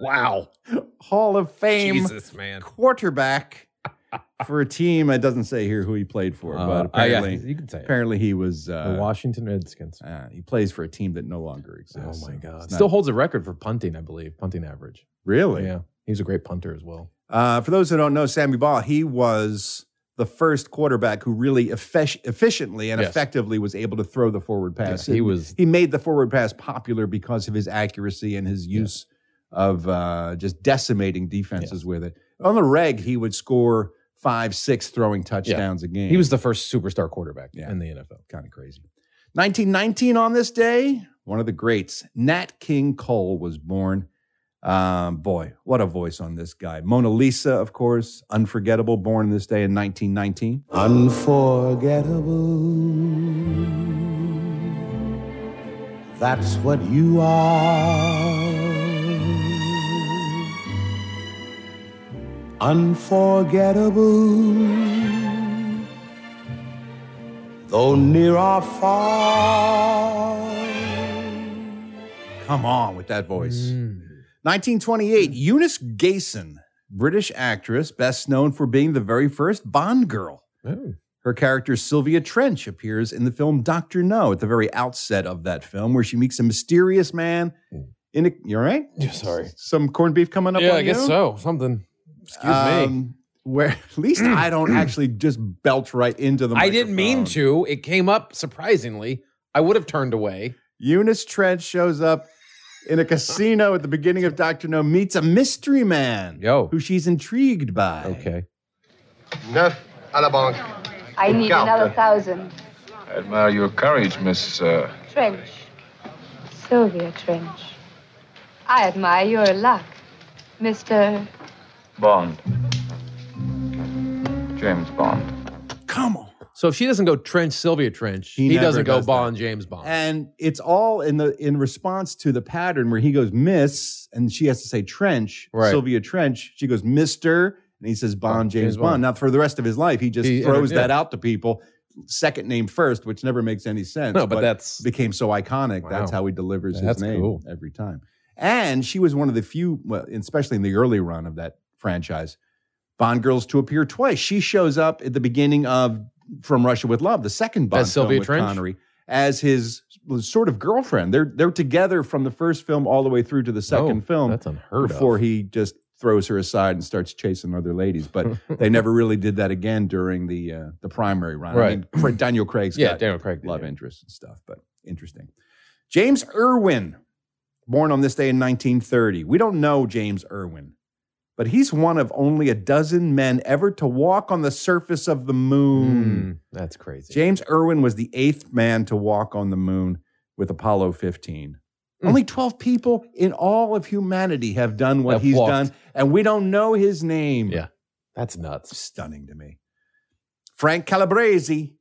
Wow. Hall of Fame Jesus, man. quarterback for a team. It doesn't say here who he played for, but Uh, ah, yeah, apparently you can say it. apparently he was uh, the Washington Redskins. uh, he plays for a team that no longer exists. oh my so God. it's not- Still holds a record for punting, I believe. Punting average. really. Yeah. He's a great punter as well. Uh, for those who don't know, Sammy Ball, he was the first quarterback who really effe- efficiently and Yes. effectively was able to throw the forward pass. Yeah, he And was- he made the forward pass popular because of his accuracy and his use of uh, just decimating defenses with it. On the reg, he would score five, six throwing touchdowns a game. He was the first superstar quarterback Yeah. in the NFL. kind of crazy. 1919 on this day, one of the greats, Nat King Cole, was born. Um, boy, what a voice on this guy. Mona Lisa, of course, unforgettable, born this day in 1919. Unforgettable. That's what you are. Unforgettable. Though near or far. Come on with that voice. 1928, Eunice Gayson, British actress, best known for being the very first Bond girl. Oh. Her character Sylvia Trench appears in the film Doctor No at the very outset of that film, where she meets a mysterious man. In a, you all right? sorry. Some corned beef coming up. Yeah, on I guess you? so. Something. Excuse me. Um, Where at least I don't actually just belch right into the. I didn't mean microphone. to. It came up surprisingly. I would have turned away. Eunice Trench shows up in a casino at the beginning of Doctor No, meets a mystery man Yo. who she's intrigued by. Okay. Neuf à la banque. I need Count. another thousand. I admire uh, your courage, Miss. Uh... Trench. Sylvia Trench. I admire your luck, Mr. Bond. James Bond. Come on. So if she doesn't go Trench Sylvia Trench, he, never doesn't go does that. Bond James Bond. And it's all in the in response to the pattern where he goes Miss and she has to say Trench, Right. Sylvia Trench. She goes Mister and he says Bond James, James Bond. Bond. Now for the rest of his life, he just He- throws yeah. that out to people, second name first, which never makes any sense. No, but that's- became so iconic. That's Wow. how he delivers his That's name cool. every time. And she was one of the few, well, especially in the early run of that franchise, Bond girls to appear twice. She shows up at the beginning of From Russia with Love, the second Bond As film Sylvia with Trench? Connery, as his sort of girlfriend. They're they're together from the first film all the way through to the second Oh, film That's unheard before of. he just throws her aside and starts chasing other ladies. But they never really did that again during the uh, the primary run. I mean, Right. Cra- Daniel Craig's Yeah, got Daniel Craig did, love yeah. interest and stuff, but interesting. James Irwin, born on this day in 1930. We don't know James Irwin, but he's one of only a dozen men ever to walk on the surface of the moon. Mm, that's crazy. James Irwin was the eighth man to walk on the moon with Apollo 15. Hmm. Only 12 people in all of humanity have done what Have he's walked. done, and we don't know his name. Yeah. That's nuts. Stunning to me. Frank Calabrese,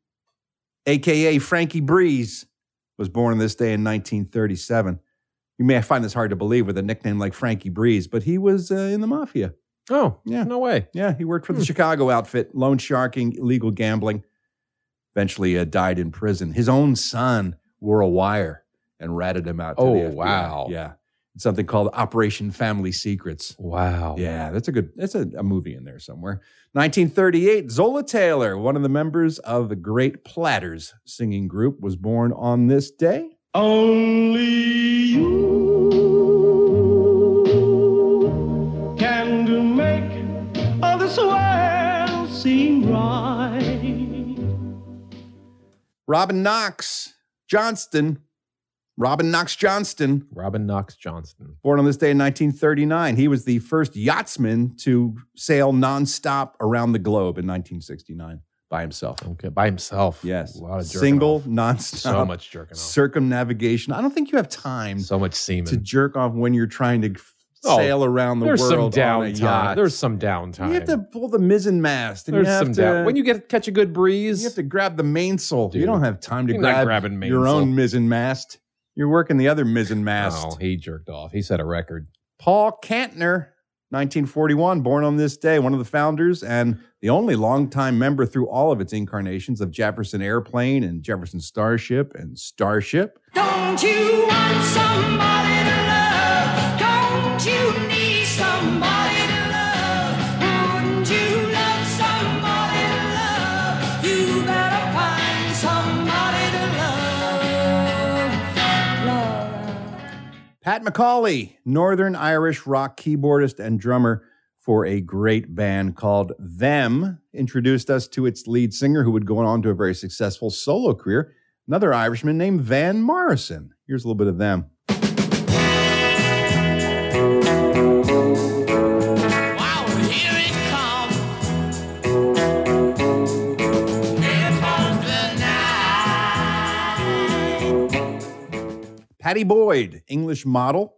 AKA Frankie Breeze, was born on this day in 1937. You may find this hard to believe with a nickname like Frankie Breeze, but he was uh, in the mafia. Oh, yeah. No way. Yeah, he worked for Hmm. the Chicago outfit, loan sharking, illegal gambling. Eventually uh, died in prison. His own son wore a wire and ratted him out. To Oh, the FBI. wow. Yeah. It's something called Operation Family Secrets. Wow. Yeah, that's a good, that's a, a movie in there somewhere. 1938, Zola Taylor, one of the members of the Great Platters singing group, was born on this day. Only you can make all this world seem right. Robin Knox Johnston. Robin Knox Johnston. Robin Knox Johnston. Born on this day in 1939. He was the first yachtsman to sail nonstop around the globe in 1969 by himself. Okay, by himself. Yes. A lot of jerking Single, off. nonstop. So much jerking off. Circumnavigation. I don't think you have time So much semen. to jerk off when you're trying to f- Oh, sail around the there's world some on a yacht. downtime. There's some downtime. you have to pull the mizzen mast. And There's you have some to, down. When you get catch a good breeze, You have to grab the mainsail. You Dude, don't have time to you're not grab grabbing your own mainsail. mizzen mast. You're working the other mizzen mast. oh, he jerked off. He set a record. Paul Kantner, 1941, born on this day, one of the founders and the only longtime member through all of its incarnations of Jefferson Airplane and Jefferson Starship and Starship. Don't you want somebody to love? Don't you need somebody to love? Wouldn't you love somebody to love? You better find somebody to love. Pat McCauley, Northern Irish rock keyboardist and drummer for a great band called Them, introduced us to its lead singer, who would go on to a very successful solo career, another Irishman named Van Morrison. Here's a little bit of them. Wow, here it comes. Here comes the night. Patty Boyd, English model,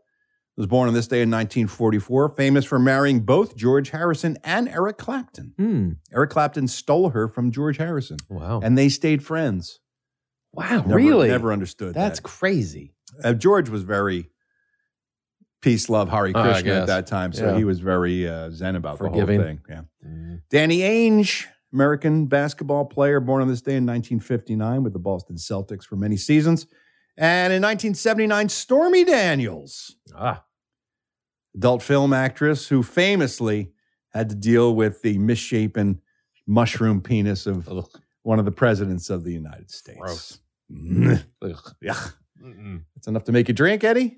was born on this day in 1944, famous for marrying both George Harrison and Eric Clapton. Hmm. Eric Clapton stole her from George Harrison, Wow. and they stayed friends. wow. Never- really? Never understood That's that. crazy. Uh, George was very peace, love, Hare Oh, I Krishna at guess. that time, so Yeah. he was very uh, zen about Forgiving. Mm-hmm. the whole thing. Yeah. Danny Ainge, American basketball player, born on this day in 1959 with the Boston Celtics for many seasons, and in 1979, Stormy Daniels, Ah. adult film actress who famously had to deal with the misshapen mushroom penis of one of the presidents of the United States. Gross. Mm. Ugh. Yeah. Mm-mm. That's enough to make you drink, Eddie.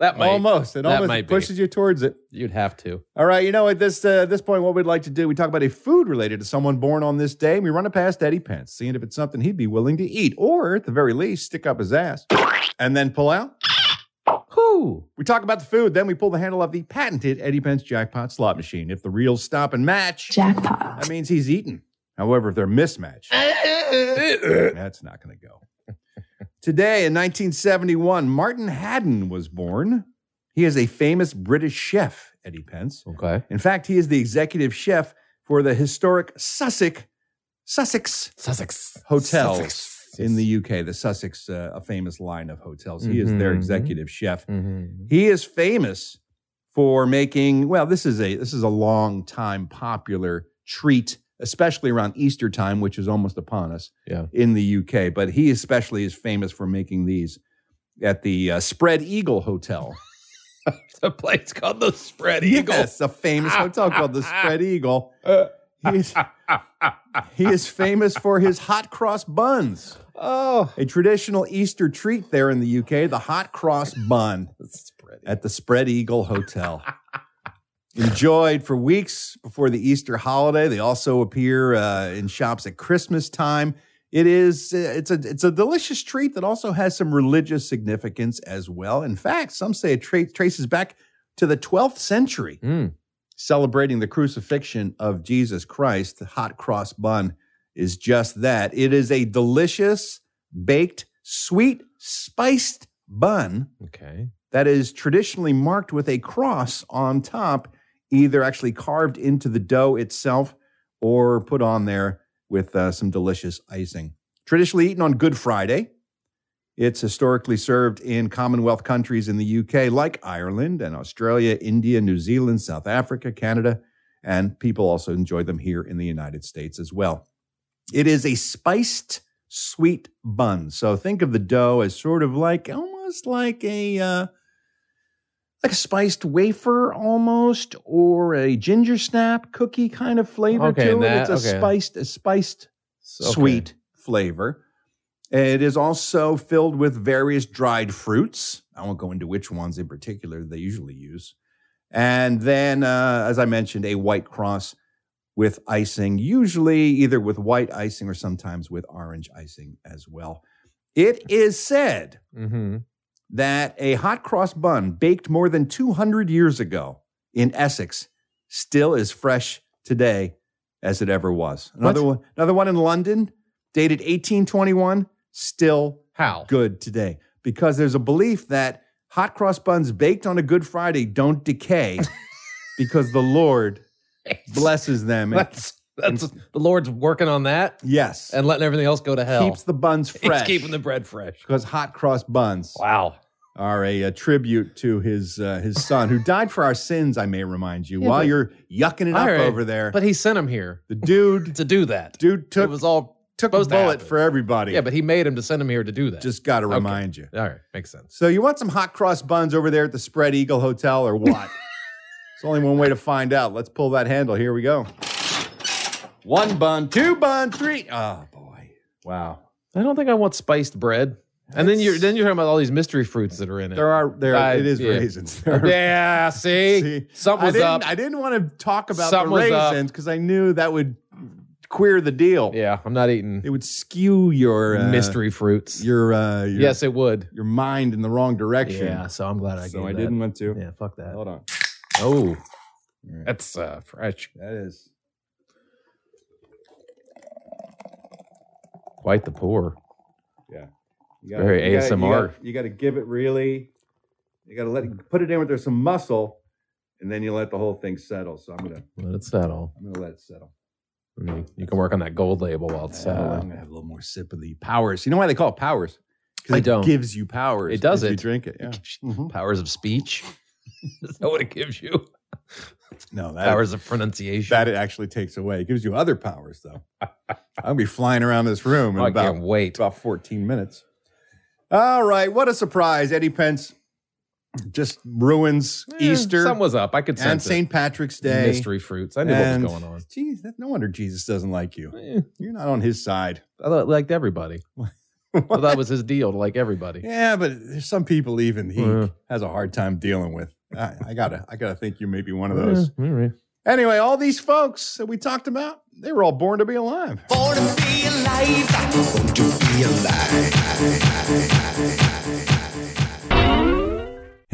That might. almost. It that almost might be. pushes you towards it. You'd have to. All right, you know at this uh, this point, what we'd like to do, we talk about a food related to someone born on this day. and We run it past Eddie Pence, seeing if it's something he'd be willing to eat, or at the very least, stick up his ass and then pull out. Who? We talk about the food, then we pull the handle of the patented Eddie Pence jackpot slot machine. If the reels stop and match, jackpot. That means he's eaten. However, if they're mismatched, that's not going to go. Today in 1971, Martin Haddon was born. He is a famous British chef, Eddie Pence. Okay. In fact, he is the executive chef for the historic Sussex Sussex Sussex. hotels Sussex. in the UK. The Sussex, uh, a famous line of hotels. He is their Mhm. executive chef. Mm-hmm. He is famous for making, well, this is a this is a long time popular treat, especially around Easter time, which is almost upon us Yeah. in the UK. But he especially is famous for making these at the uh, Spread Eagle Hotel. The place called the Spread Eagle. Yes, a famous hotel called the Spread Eagle. He is, he is famous for his hot cross buns. Oh. A traditional Easter treat there in the UK, the hot cross bun at the Spread Eagle Hotel. Enjoyed for weeks before the Easter holiday. They also appear uh, in shops at Christmas time. It is uh, it's a it's a delicious treat that also has some religious significance as well. In fact, some say it tra- traces back to the 12th century, Mm. celebrating the crucifixion of Jesus Christ. The hot cross bun is just that. It is a delicious baked sweet spiced bun Okay. that is traditionally marked with a cross on top, either actually carved into the dough itself or put on there with uh, some delicious icing. Traditionally eaten on Good Friday, it's historically served in Commonwealth countries in the UK, like Ireland and Australia, India, New Zealand, South Africa, Canada, and people also enjoy them here in the United States as well. It is a spiced sweet bun. So think of the dough as sort of like almost like a uh, like a spiced wafer almost or a ginger snap cookie kind of flavor Okay, to it. that- it's a okay. spiced a spiced okay. sweet flavor. It is also filled with various dried fruits. I won't go into which ones in particular they usually use. And then, uh, as I mentioned, a white cross with icing, usually either with white icing or sometimes with orange icing as well. It is said Mm-hmm. that a hot cross bun baked more than 200 years ago in Essex still is fresh today as it ever was. Another one, another one in London, dated 1821, still how good today because there's a belief that hot cross buns baked on a Good Friday don't decay because the Lord blesses them. and That's that's the Lord's working on that yes, and letting everything else go to hell. keeps the buns He's fresh. keeping the bread fresh. because hot cross buns. Wow. Are a, uh, tribute to his uh, his son who died for our sins. I may remind you. Yeah, while but- you're yucking it up All right, over there, But he sent him here the dude to do that. dude took it was all took a supposed to bullet happen. for everybody. Yeah, but he made him to send him here to do that. just got to Okay. remind you. all right, makes sense. So you want some hot cross buns over there at the Spread Eagle Hotel or what? it's only one way to find out. Let's pull that handle. Here we go. One bun, two bun, three. Oh boy. Wow. I don't think I want spiced bread. And then you're then you're talking about all these mystery fruits that are in it. There are there I- it is yeah. raisins. There are- yeah, see, See, something I was didn't, up. I didn't want to talk about Something was the up. raisins because I knew that would queer the deal. yeah, I'm not eating It would skew your uh, mystery fruits. your, uh, your yes, it would. your mind in the wrong direction. Yeah, so I'm glad I so gave I that. didn't want to. Yeah, fuck that. Hold on. Oh, right. that's uh, fresh. That is Quite the pour. You Very you gotta- you ASMR. gotta- You got to give it really. You got to let it, put it in with there's some muscle, and then you let the whole thing settle. So I'm gonna Let it settle. I'm gonna let it settle. And you, you can work on that gold label while it's Uh, I'm settling. gonna have a little more sip of the powers. You know why they call it powers? I it don't. gives you powers. It does if You it. drink it. Yeah. Mm-hmm. Powers of speech. Is that what it gives you? No, that Powers of pronunciation. that it actually takes away. It gives you other powers though. I'll be flying around this room in Oh, I about can't wait. about 14 minutes. All right, what a surprise! Eddie Pence just ruins Eh, Easter. Something was up. I could and sense it. St. Patrick's Day. Mystery fruits. I knew And- what was going on. Geez, that, no wonder Jesus doesn't like you. Eh, You're not on his side. I thought- liked everybody. I thought it was his deal to like everybody. yeah, but there's some people even he Yeah. has a hard time dealing with. I, I gotta, I gotta think you may be one of those. Yeah, all right. Anyway, all these folks that we talked about, they were all born to be alive. Born to be alive. Born to be alive.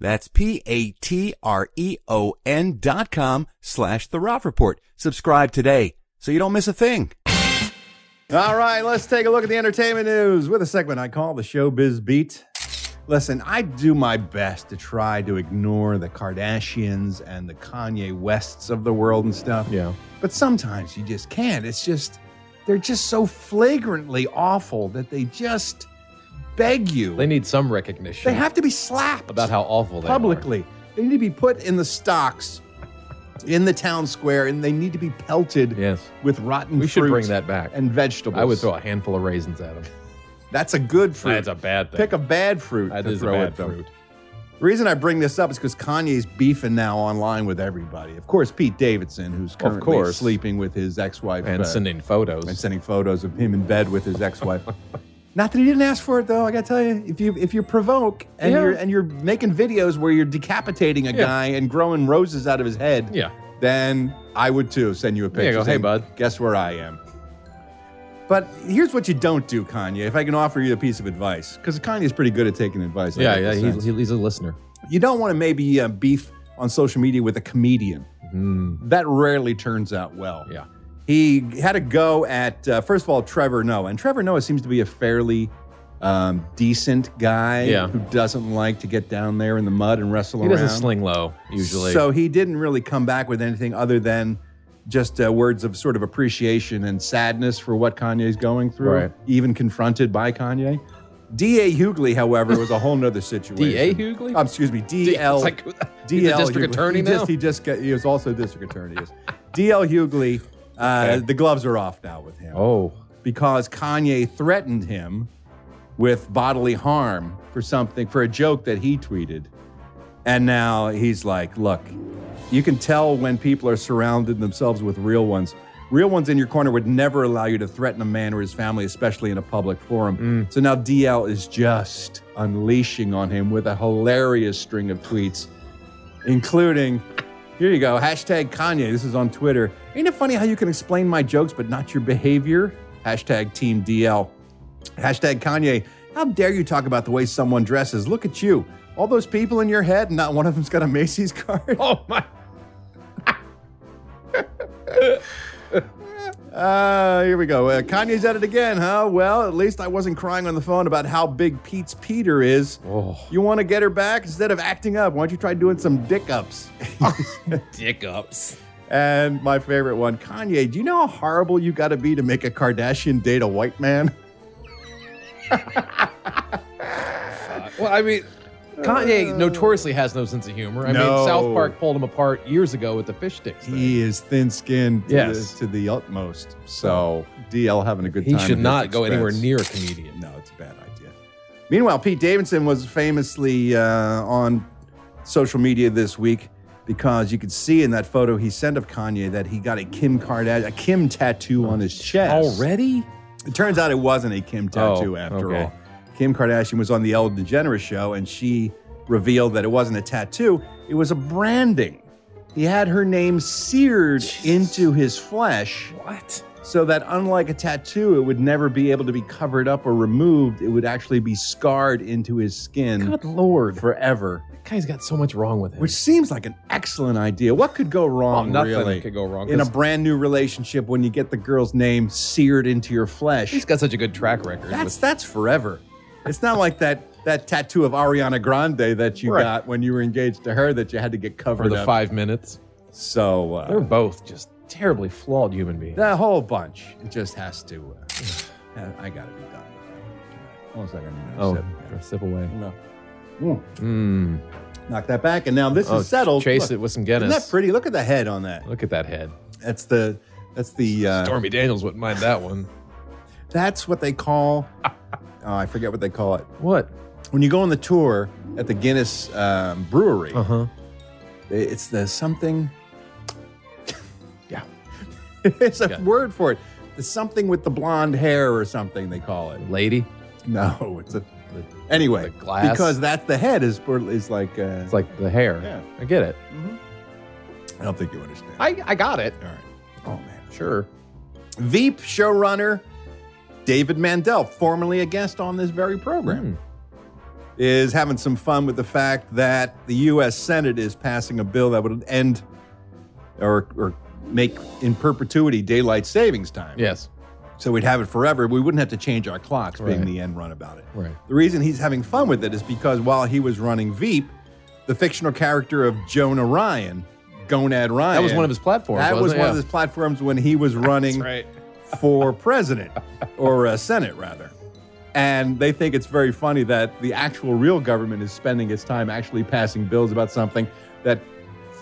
That's P-A-T-R-E-O-N E dot com slash The Ralph Report. Subscribe today so you don't miss a thing. All right, let's take a look at the entertainment news with a segment I call the Showbiz Beat. Listen, I do my best to try to ignore the Kardashians and the Kanye Wests of the world and stuff. Yeah. But sometimes you just can't. It's just, they're just so flagrantly awful that they just beg you. They need some recognition They have to be slapped about how awful they are. publicly. They need to be put in the stocks, in the town square, and they need to be pelted Yes. with rotten We should fruit bring that back. and vegetables. I would throw a handful of raisins at him. That's a good fruit. That's a bad thing. Pick a bad fruit That to is a throw bad at them. fruit. The reason I bring this up is because Kanye's beefing now online with everybody. Of course, Pete Davidson, who's currently course. sleeping with his ex-wife and uh, sending photos. and sending photos of him in bed with his ex-wife. Not that he didn't ask for it though. I gotta tell you, if you if you provoke and Yeah. you're and you're making videos where you're decapitating a Yeah. guy and growing roses out of his head, yeah. then I would too send you a picture. Yeah, go, "Hey, saying, bud." Guess where I am. But here's what you don't do, Kanye, if I can offer you a piece of advice, because Kanye's pretty good at taking advice. I Yeah, get yeah. the sense. He's, he's a listener. you don't want to maybe uh, beef on social media with a comedian. That rarely turns out well. Mm-hmm. Yeah. He had a go at, uh, first of all, Trevor Noah. And Trevor Noah seems to be a fairly um, decent guy Yeah. who doesn't like to get down there in the mud and wrestle He around. doesn't sling low usually. So he didn't really come back with anything other than just uh, words of sort of appreciation and sadness for what Kanye's going through, Right. even confronted by Kanye. D.A. Hughley, however, was a whole nother situation. D.A. Hughley? Um, excuse me, D.L. It's like, he's a D.L. district Hughley. attorney he just- now? he just got, he was also district attorney. yes. D.L. Hughley, uh, Okay. the gloves are off now with him. Oh. Because Kanye threatened him with bodily harm for something, for a joke that he tweeted. And now he's like, look, you can tell when people are surrounding themselves with real ones. Real ones in your corner would never allow you to threaten a man or his family, especially in a public forum. So now DL is just unleashing on him with a hilarious string of tweets, including, here you go, hashtag Kanye. This is on Twitter. Ain't it funny how you can explain my jokes but not your behavior? Hashtag Team DL. Hashtag Kanye, how dare you talk about the way someone dresses? Look at you. All those people in your head, and not one of them's got a Macy's card. Oh my. Uh, here we go. Uh, Kanye's at it again, huh? Well, at least I wasn't crying on the phone about how big Pete's Peter is. Oh. You want to get her back instead of acting up? Why don't you try doing some dick ups? Dick ups. and my favorite one, Kanye. Do you know how horrible you got to be to make a Kardashian date a white man? Well, I mean, Kanye notoriously has no sense of humor. I Uh, No. mean, South Park pulled him apart years ago with the fish sticks. thing. He is thin-skinned to, Yes. the, to the utmost. So DL having a good He time. at should his not go anywhere expense. near a comedian. No, it's a bad idea. Meanwhile, Pete Davidson was famously uh, on social media this week because you could see in that photo he sent of Kanye that he got a Kim Kardashian, a Kim tattoo on his chest. Already? It turns out it wasn't a Kim tattoo Oh, after okay. all. Kim Kardashian was on the Ellen DeGeneres show and she revealed that it wasn't a tattoo, it was a branding. He had her name seared into his flesh. What? So that unlike a tattoo, it would never be able to be covered up or removed. It would actually be scarred into his skin. Good lord. Forever. That guy's got so much wrong with him. Which seems like an excellent idea. What could go wrong? Oh, nothing really, could go wrong, in a 'cause- brand new relationship when you get the girl's name seared into your flesh. He's got such a good track record. That's with- that's forever. It's not like that that tattoo of Ariana Grande that you Right. got when you were engaged to her that you had to get covered for the up. five minutes. So uh, They're both just terribly flawed human beings. That whole bunch. It just has to. Uh, uh, I gotta be done. One second. I need another Oh, sip. sip, away. No. Hmm. Mm. Knock that back, and now this Oh, is settled. Chase Look, it with some Isn't Guinness. that pretty? Look at the head on that. Look at that head. That's the. That's the. Uh, Stormy Daniels wouldn't mind that one. that's what they call. oh, I forget what they call it. What? When you go on the tour at the Guinness um, Brewery, Uh huh. it's the something. Yeah. it's a Yeah. word for it. The something with the blonde hair or something they call it. Lady. No, it's a anyway the glass. because that's the head is is like uh, It's like the hair. Yeah. Mm-hmm. I get it. I don't think you understand. I, I got it. All right. Oh man. Sure. Veep showrunner David Mandel, formerly a guest on this very program, is having some fun with the fact that the U.S. Senate is passing a bill that would end or or make in perpetuity daylight savings time. Yes. So we'd have it forever. We wouldn't have to change our clocks. Being Right. the end run about it. Right. The reason he's having fun with it is because while he was running Veep, the fictional character of Jonah Ryan, Gonad Ryan, That was one of his platforms. that wasn't was it? one yeah. of his platforms when he was running right. for president or uh, Senate rather. And they think it's very funny that the actual real government is spending its time actually passing bills about something that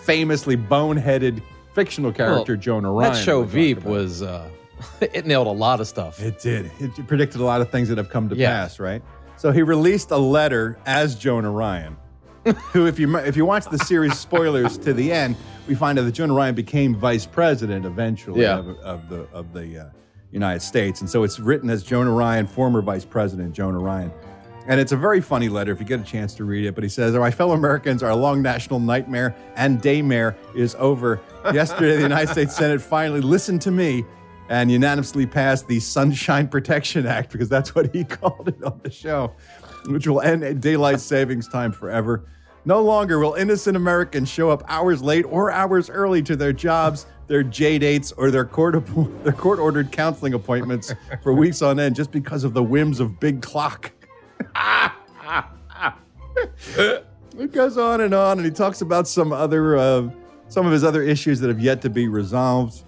famously boneheaded fictional character Well, Jonah Ryan. That show would talk Veep about. was uh, it nailed a lot of stuff. It did. It predicted a lot of things that have come to Yeah. pass, right? So he released a letter as Jonah Ryan, who, if you if you watch the series spoilers to the end, we find out that Jonah Ryan became vice president eventually Yeah. of, of the of the uh, United States, and so it's written as Jonah Ryan, former vice president Jonah Ryan. And it's a very funny letter if you get a chance to read it. But he says, My fellow Americans, our long national nightmare and daymare is over. Yesterday, the United States Senate finally listened to me and unanimously passed the Sunshine Protection Act, because that's what he called it on the show, which will end daylight savings time forever. No longer will innocent Americans show up hours late or hours early to their jobs, their J dates, or their court appo- their court ordered counseling appointments for weeks on end just because of the whims of big clock. it goes on and on, and he talks about some other uh, some of his other issues that have yet to be resolved.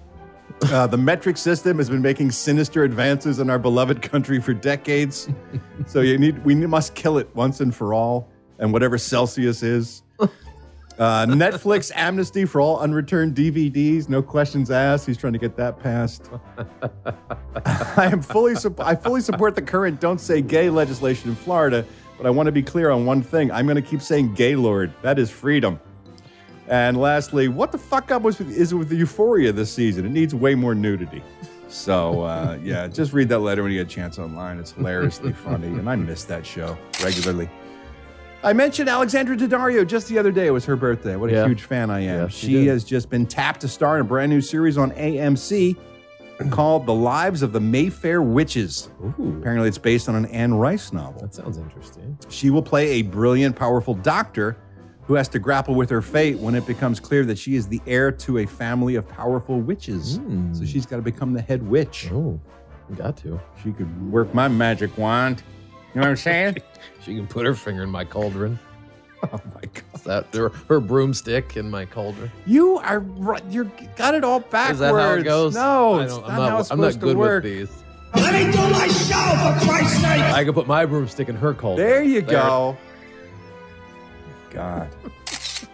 Uh, the metric system has been making sinister advances in our beloved country for decades. so you need we must kill it once and for all, and whatever Celsius is. Uh, Netflix amnesty for all unreturned DVDs, no questions asked. He's trying to get that passed. I am fully sup- I fully support the current "Don't Say Gay" legislation in Florida, but I want to be clear on one thing. I'm going to keep saying "Gaylord." That is freedom. And lastly, what the fuck up was with, is with the Euphoria this season? It needs way more nudity. So uh, yeah, just read that letter when you get a chance online. It's hilariously funny, and I miss that show regularly. I mentioned Alexandra Daddario just the other day. It was her birthday. What a Yeah. huge fan I am. Yes, you she did. has just been tapped to star in a brand new series on AMC called The Lives of the Mayfair Witches. Apparently, it's based on an Anne Rice novel. That sounds interesting. She will play a brilliant, powerful doctor who has to grapple with her fate when it becomes clear that she is the heir to a family of powerful witches. So she's got to become the head witch. Hmm. Oh, got to. She could work my magic wand. You know what I'm saying? she can put her finger in my cauldron. Oh my god! That her, her broomstick in my cauldron. You are right. You got it all backwards. Is that how it goes? No, I it's don't- not, I'm not, how it's I'm not supposed good to work. with these. Let me do my show, for Christ's sake! I can put my broomstick in her cauldron. There you go. God.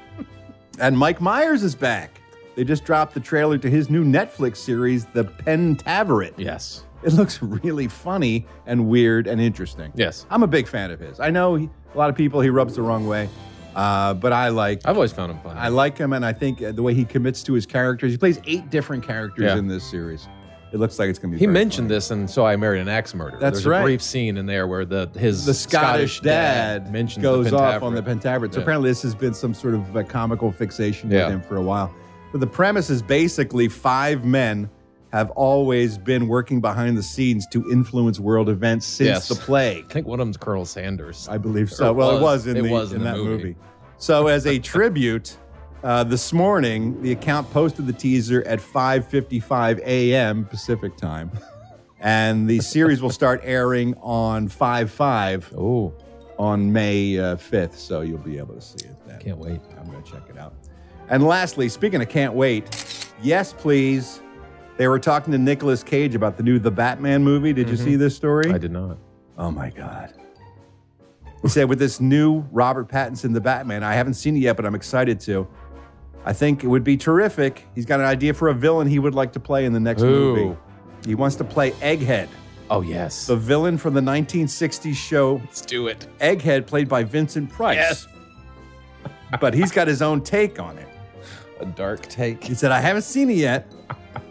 and Mike Myers is back. They just dropped the trailer to his new Netflix series, The Pentaveret. Yes. It looks really funny and weird and interesting. Yes. I'm a big fan of his. I know he, a lot of people he rubs the wrong way, uh, but I like. I've always found him funny. I like him, and I think uh, the way he commits to his characters. He plays eight different characters Yeah. in this series. It looks like it's going to be. He very mentioned this, and so I married an axe murderer. That's There's right. a brief scene in there where the his the Scottish, dad, mentions goes the off pentaveret. on the pentaveret. So Yeah. apparently, this has been some sort of uh comical fixation Yeah. with him for a while. But the premise is basically five men have always been working behind the scenes to influence world events since Yes. the plague. I think one of them's Colonel Sanders. I believe so. Well, it was in, the, in that movie. So as a tribute, uh, this morning the account posted the teaser at 5:55 a.m. Pacific time, and the series will start airing on 5/5. Oh, on May uh, 5th. So you'll be able to see it then. Can't wait. I'm going to check it out. And lastly, speaking of can't wait, yes please. They were talking to Nicolas Cage about the new The Batman movie. Mm-hmm. Did you Mhm. see this story? I did not. Oh my God. He said, with this new Robert Pattinson, the Batman, I haven't seen it yet, but I'm excited to. I think it would be terrific. He's got an idea for a villain he would like to play in the next Who? movie. He wants to play Egghead. Oh yes. The villain from the 1960s show Let's do it. Egghead, played by Vincent Price. but he's got his own take on it. A dark take. He said, I haven't seen it yet,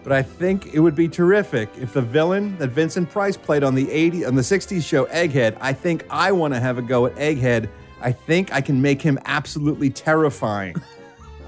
but I think it would be terrific if the villain that Vincent Price played on the 80 on the 60s show Egghead, I think I want to have a go at Egghead. I think I can make him absolutely terrifying.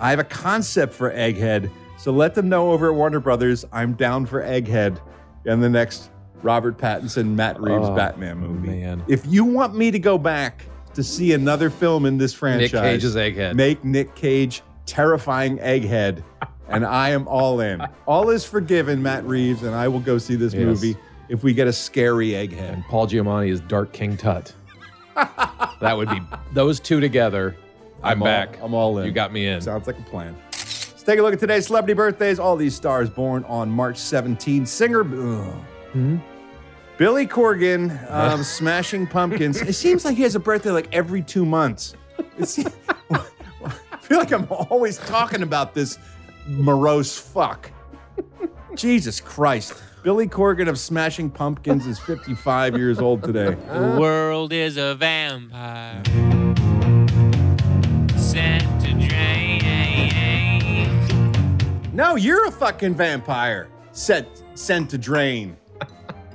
I have a concept for Egghead, so let them know over at Warner Brothers I'm down for Egghead and the next Robert Pattinson, Matt Reeves Oh, Batman movie. man. If you want me to go back to see another film in this franchise, Cage's Egghead. make Nick Cage terrifying Egghead, and I am all in. All is forgiven, Matt Reeves, and I will go see this Yes. movie if we get a scary Egghead. And Paul Giamatti is Dark King Tut. that would be those two together. I'm, all- back. I'm all in. You got me in. Sounds like a plan. Let's take a look at today's celebrity birthdays. All these stars born on March 17. Singer. ugh. Billy Corgan, um, Smashing Pumpkins. It seems like he has a birthday like every two months. It's, I feel like I'm always talking about this morose fuck. Jesus Christ. Billy Corgan of Smashing Pumpkins is 55 years old today. The world is a vampire sent to drain. No, you're a fucking vampire. Sent sent to drain.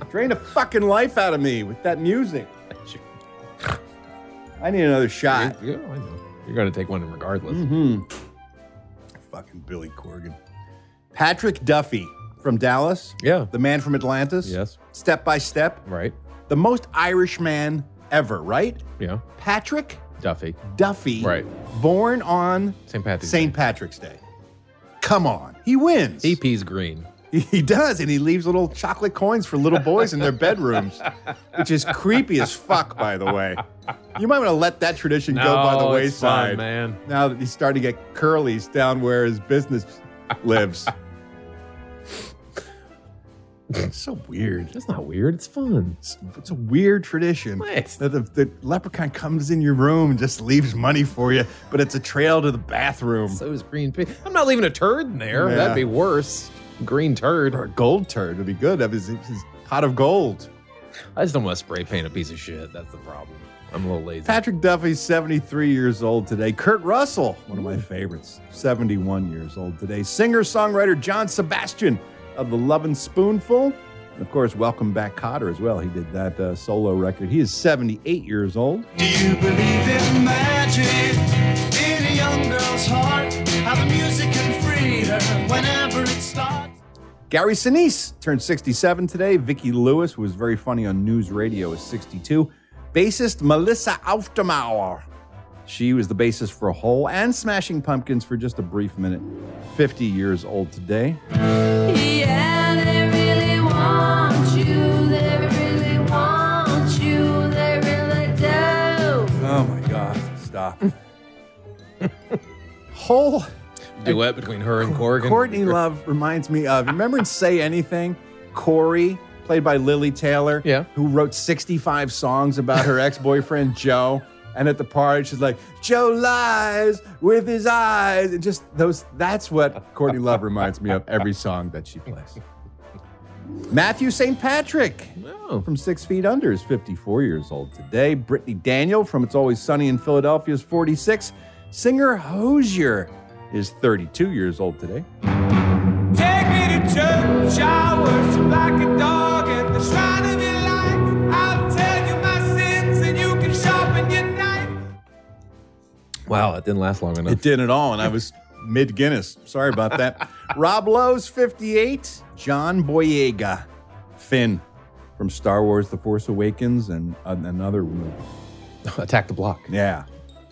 drain the fucking life out of me with that music. I need another shot. Yeah, I know. You're going to take one regardless. hmm Fucking Billy Corgan. Patrick Duffy from Dallas. Yeah. The man from Atlantis. Yes. Step by step. Right. The most Irish man ever, right? Yeah. Patrick Duffy. Duffy, Right. born on St. Patrick's St. Patrick's Day. Come on, he wins. He pees green. He does, and he leaves little chocolate coins for little boys in their bedrooms, which is creepy as fuck. By the way, you might want to let that tradition go by the No, Oh, it's wayside, fine, man. Now that he's starting to get curlies down where his business lives. It's so weird. That's not weird. It's fun. It's, it's a weird tradition that the, the leprechaun comes in your room and just leaves money for you, but it's a trail to the bathroom. So is green pea. I'm not leaving a turd in there. Yeah. That'd be worse. Green turd or a gold turd would be good. That was his, his pot of gold. I just don't want to spray paint a piece of shit. That's the problem. I'm a little lazy. Patrick Duffy's 73 years old today. Kurt Russell, one of my favorites, 71 years old today. Singer songwriter John Sebastian of the Lovin' Spoonful. And of course, Welcome Back Cotter as well. He did that uh, solo record. He is 78 years old. believe in magic in a young girl's heart. How the music can free her whenever it starts. Gary Sinise turned 67 today. Vicki Lewis, who was very funny on news radio, is 62. Bassist Melissa Auftemauer. She was the bassist for Hole and Smashing Pumpkins for just a brief minute. 50 years old today. Yeah, they really want you. They really want you. They really do. Oh my God, stop. Whole Duet between her and Corgan. Courtney Love reminds me of, remember in Say Anything? Corey, played by Lily Taylor, yeah. who wrote 65 songs about her ex boyfriend, Joe. And at the party, she's like, Joe lies with his eyes. And just those, that's what Courtney Love reminds me of every song that she plays. Matthew St. Patrick Oh. from Six Feet Under is 54 years old today. Brittany Daniel from It's Always Sunny in Philadelphia is 46. Singer Hosier is 32 years old today. Take me to church. I worship like a dog at the shrine of your life. I'll tell you my sins and you can sharpen your knife. Wow, it didn't last long enough. It didn't at all, and I was mid Guinness. Sorry about that. Rob Lowe's 58. John Boyega, Finn from Star Wars: The Force Awakens and an- another movie, Attack the Block. Yeah,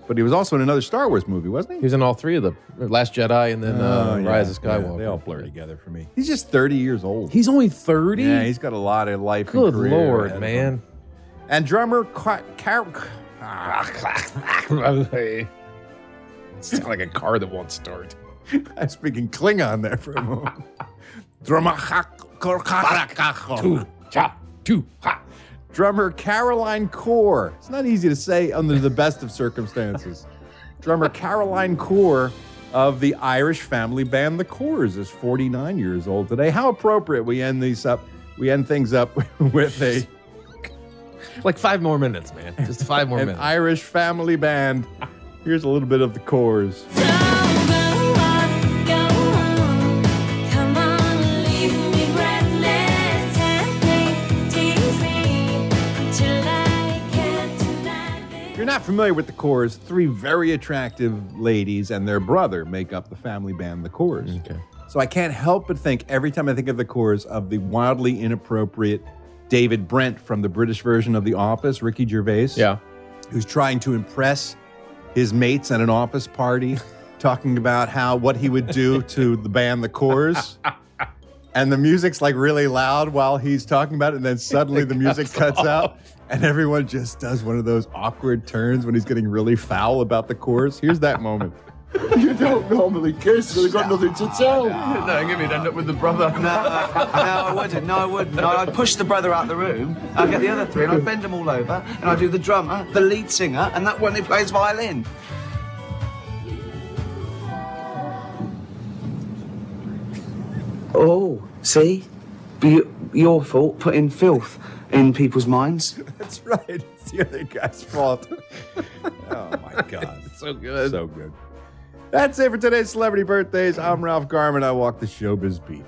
but he was also in another Star Wars movie, wasn't he? He was in all three of them Last Jedi and then uh, Oh, yeah, Rise of yeah, Skywalker. they all blur together for me. He's just 30 years old. He's only 30? Yeah, he's got a lot of life. and Good career Lord, ahead of him. man. And drummer Ah, Car- Car- Sound like a car that won't start. I'm speaking Klingon there for a moment. Drummer Two, chop, two, ha. Drummer Caroline Core. It's not easy to say under the best of circumstances. Drummer Caroline Core of the Irish family band The Coors is 49 years old today. How appropriate we end these up. We end things up with a Like five more minutes, man. Just five more an minutes. Irish family band. Here's a little bit of The Coors. Come on, leave me breathless. Tease me until I can't If you're not familiar with the Coors, three very attractive ladies and their brother make up the family band, the Coors. Okay. So I can't help but think every time I think of the Coors of the wildly inappropriate David Brent from the British version of The Office, Ricky Gervais. Yeah. Who's trying to impress his mates at an office party, talking about how what he would do to the band, the Coors. And the music's like really loud while he's talking about it, and then suddenly the music cuts cuts out, and everyone just does one of those awkward turns when he's getting really foul about the chorus. Here's that moment. You don't normally kiss, so they've got nothing to tell. No, give me end up with the brother. No, no, I wouldn't. No, I wouldn't. No, I'd push the brother out the room. I'd get the other three and I'd bend them all over. And I'd do the drummer, the lead singer, and that one who plays violin. Oh, see? Be- your fault putting filth in people's minds. That's right. It's the other guy's fault. oh my god. so good. So good. That's it for today's celebrity birthdays. I'm Ralph Garman. I walk the showbiz beat.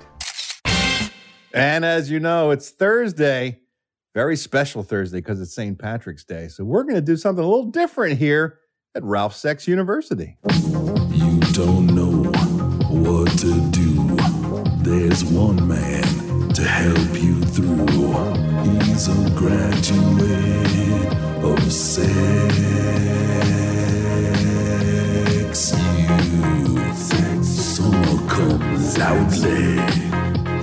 And as you know, it's Thursday, very special Thursday because it's St. Patrick's Day. So we're going to do something a little different here at Ralph Sex University. You don't know what to do. There's one man to help you through. Oh, He's a graduate of sex. loudly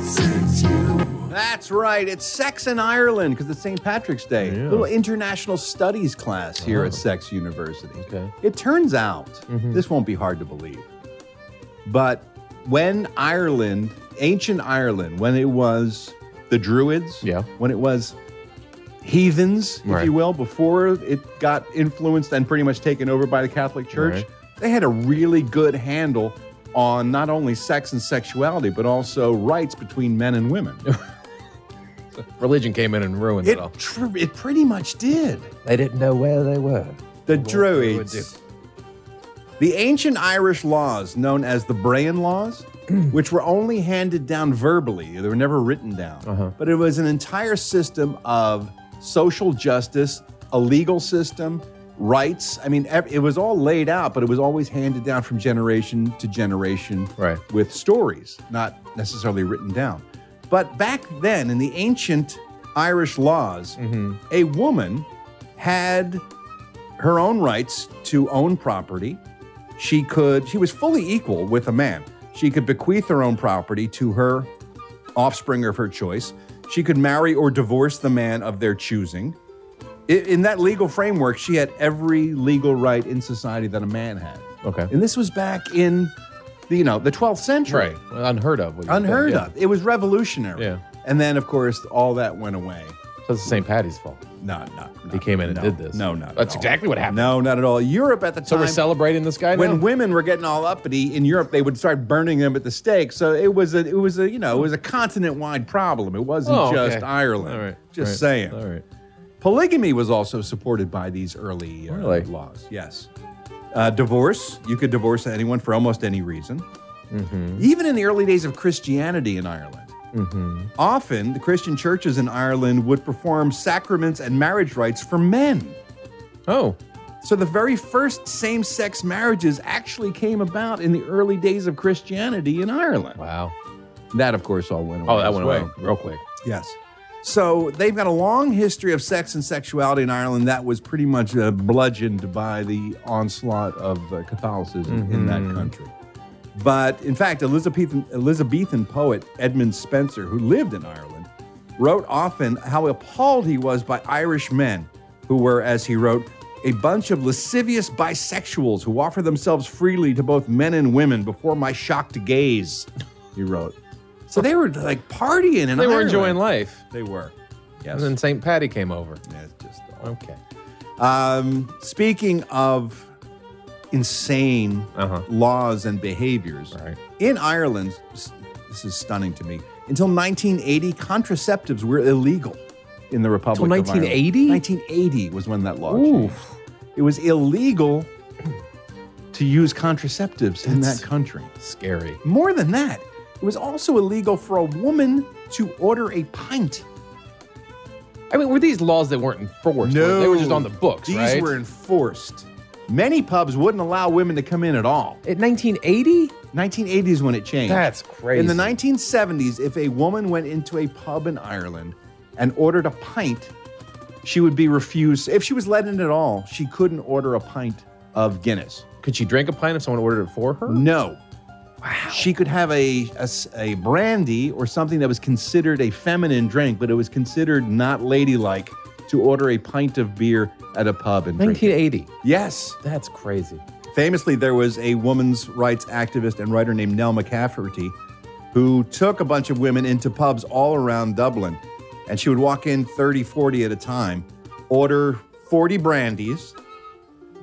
since you That's right. It's Sex in Ireland because it's St. Patrick's Day. Little international studies class here at Sex University. Oh. Okay. Mm-hmm. It turns out, this won't be hard to believe, but when Ireland, ancient Ireland, when it was the Druids, yeah. when it was heathens, if you will, before it got influenced and pretty much taken over by the Catholic Church, Right. they had a really good handle on not only sex and sexuality, but also rights between men and women. Religion came in and ruined it, all. Tr- it pretty much did. They didn't know where they were. The Druids. The ancient Irish laws, known as the Brahan laws, which were only handed down verbally, they were never written down. But it was an entire system of social justice, a legal system, rights. I mean, ev- it was all laid out, but it was always handed down from generation to generation with stories, not necessarily written down. But back then, in the ancient Irish laws, a woman had her own rights to own property. She could, she was fully equal with a man. She could bequeath her own property to her offspring of her choice. She could marry or divorce the man of their choosing. I- In that legal framework, she had every legal right in society that a man had. Okay. And this was back in, the, you know, the 12th century. Right. Unheard of. what you Unheard think, of. It was revolutionary. Yeah. And then, of course, all that went away. So it's St. Patty's fault. No, no. He came in and no, did this. No, not. That's exactly what happened. No, not at all. Europe at the time. So we're celebrating this guy when now? women were getting all uppity in Europe, they would start burning them at the stake. So it was a, it was a, you know, it was a continent-wide problem. It wasn't Oh, okay. just Ireland. All right, Just right, saying. all right. Polygamy was also supported by these early uh, Really? laws. Yes. Uh, divorce. You could divorce anyone for almost any reason. Even in the early days of Christianity in Ireland. Mm-hmm. Often, the Christian churches in Ireland would perform sacraments and marriage rites for men. Oh. So the very first same sex marriages actually came about in the early days of Christianity in Ireland. Wow. That, of course, all went away. Oh, that as went well. away real quick. Yes. So they've got a long history of sex and sexuality in Ireland that was pretty much uh, bludgeoned by the onslaught of uh, Catholicism in Mm-hmm. that country. But in fact, Elizabethan, Elizabethan poet Edmund Spenser, who lived in Ireland, wrote often how appalled he was by Irish men who were, as he wrote, a bunch of lascivious bisexuals who offer themselves freely to both men and women before my shocked gaze, he wrote. So they were like partying and they were enjoying life. They were. Yes. And then Oh. St. Patty came over. Yeah, it's just okay. Um, speaking of insane Uh-huh. laws and behaviors, in Ireland, s- this is stunning to me, until 1980, contraceptives were illegal in the Republic Till of Ireland. 1980? 1980 was when that law changed. It was illegal to use contraceptives in That's that country. Scary. More than that, it was also illegal for a woman to order a pint. I mean, were these laws that weren't enforced? No, They were just on the books, These right? were enforced. Many pubs wouldn't allow women to come in at all. At 1980? 1980 is when it changed. That's crazy. In the 1970s, if a woman went into a pub in Ireland and ordered a pint, she would be refused. If she was let in at all, she couldn't order a pint of Guinness. Could she drink a pint if someone ordered it for her? No. Wow. She could have a, a s- a brandy or something that was considered a feminine drink, but it was considered not ladylike to order a pint of beer at a pub in 1980. Yes. That's crazy. Famously, there was a woman's rights activist and writer named Nell McCafferty who took a bunch of women into pubs all around Dublin. And she would walk in 30, 40 at a time, order 40 brandies,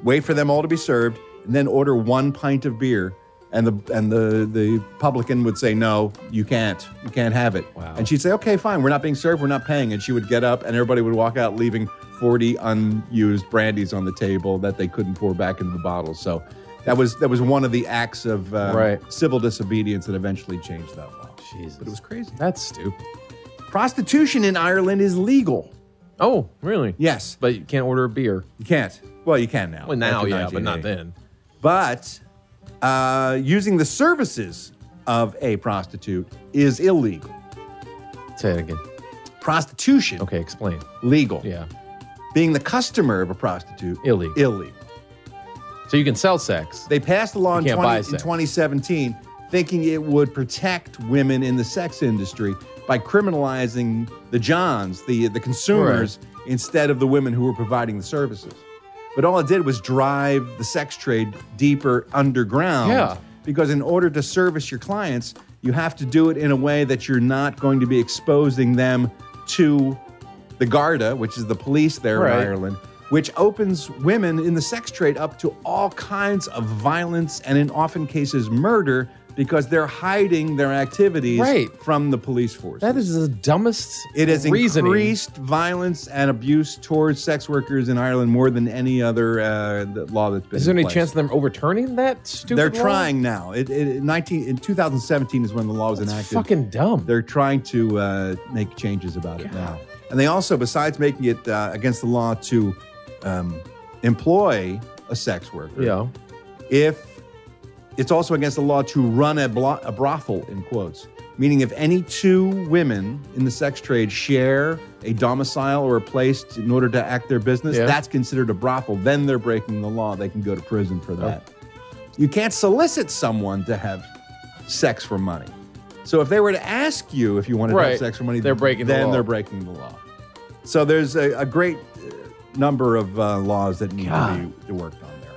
wait for them all to be served, and then order one pint of beer. And the and the the publican would say, No, you can't. You can't have it. Wow. And she'd say, Okay, fine, we're not being served, we're not paying. And she would get up and everybody would walk out leaving 40 unused brandies on the table that they couldn't pour back into the bottle. So that was that was one of the acts of uh, Right. civil disobedience that eventually changed that law. Jesus. But it was crazy. That's stupid. Prostitution in Ireland is legal. Oh, really? Yes. But you can't order a beer. You can't. Well, you can now. Well, now, After yeah, but not 1980. then. But uh, using the services of a prostitute is illegal. Say it again. Prostitution. Okay, explain. Legal. Yeah. Being the customer of a prostitute. Illegal. Illegal. So you can sell sex. They passed the law You in, can't buy 20, in sex. 2017 thinking it would protect women in the sex industry by criminalizing the Johns, the, the consumers, instead of the women who were providing the services. But all it did was drive the sex trade deeper underground. Yeah. Because in order to service your clients, you have to do it in a way that you're not going to be exposing them to the Garda, which is the police there Right. in Ireland, which opens women in the sex trade up to all kinds of violence and, in often cases, murder because they're hiding their activities Right. from the police force. That is the dumbest. It has reasoning. increased violence and abuse towards sex workers in Ireland more than any other uh, th- law that's been. Is there in any place. chance of them overturning that stupid? They're law? trying now. It, it, it- 19 in 2017 is when the law was enacted. fucking dumb. They're trying to uh, make changes about it now, and they also, besides making it uh, against the law to um, employ a sex worker, Yeah. if it's also against the law to run a, blo- a brothel in quotes meaning if any two women in the sex trade share a domicile or a place t- in order to act their business Yeah. that's considered a brothel then they're breaking the law they can go to prison for that Oh. you can't solicit someone to have sex for money so if they were to ask you if you wanted to Right. have sex for money They're breaking the then law. they're breaking the law so there's a, a great uh, number of uh, laws that need to be worked on there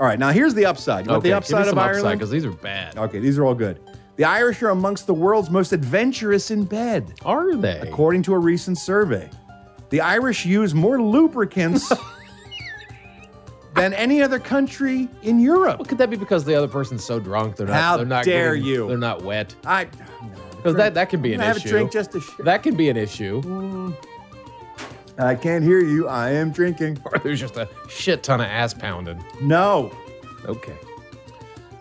all right now here's the upside you want the upside of ireland because these are bad. Okay, these are all good. The Irish are amongst the world's most adventurous in bed. Are they? According to a recent survey, the Irish use more lubricants than any other country in Europe. Well, could that be because the other person's so drunk they're not? How they're not dare getting- you. They're not wet. I because that that can be an I have issue. a drink just to. Sh- that can be an issue. I can't hear you. I am drinking. Or there's just a shit ton of ass pounding. No. Okay.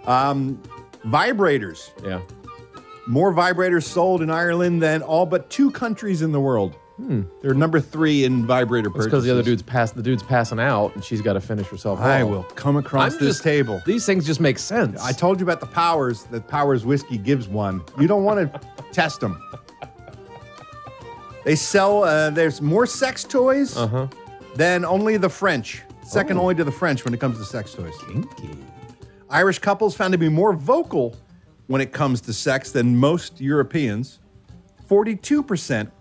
Um, vibrators. Yeah. More vibrators sold in Ireland than all but two countries in the world. Hmm. They're number three in vibrator It's purchases. because the other dude's pass. The dude's passing out, and she's got to finish herself. I off. will come across I'm this just- table. These things just make sense. I told you about the powers that Powers Whiskey gives one. You don't want to test them. They sell, uh, there's more sex toys Uh-huh. than only the French. Second only to the French when it comes to sex toys. Irish couples found to be more vocal when it comes to sex than most Europeans. 42%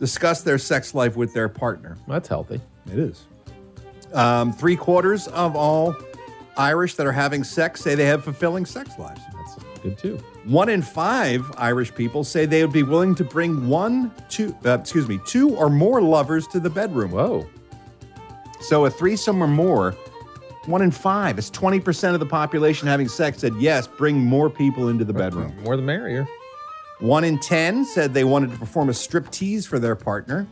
discuss their sex life with their partner. That's healthy. It is. Um, three quarters of all Irish that are having sex say they have fulfilling sex lives. That's good too. One in five Irish people say they would be willing to bring one, two, uh, excuse me, two or more lovers to the bedroom. Whoa. So a threesome or more, one in five. It's 20% of the population having sex said, yes, bring more people into the bedroom. More the merrier. One in 10 said they wanted to perform a striptease for their partner.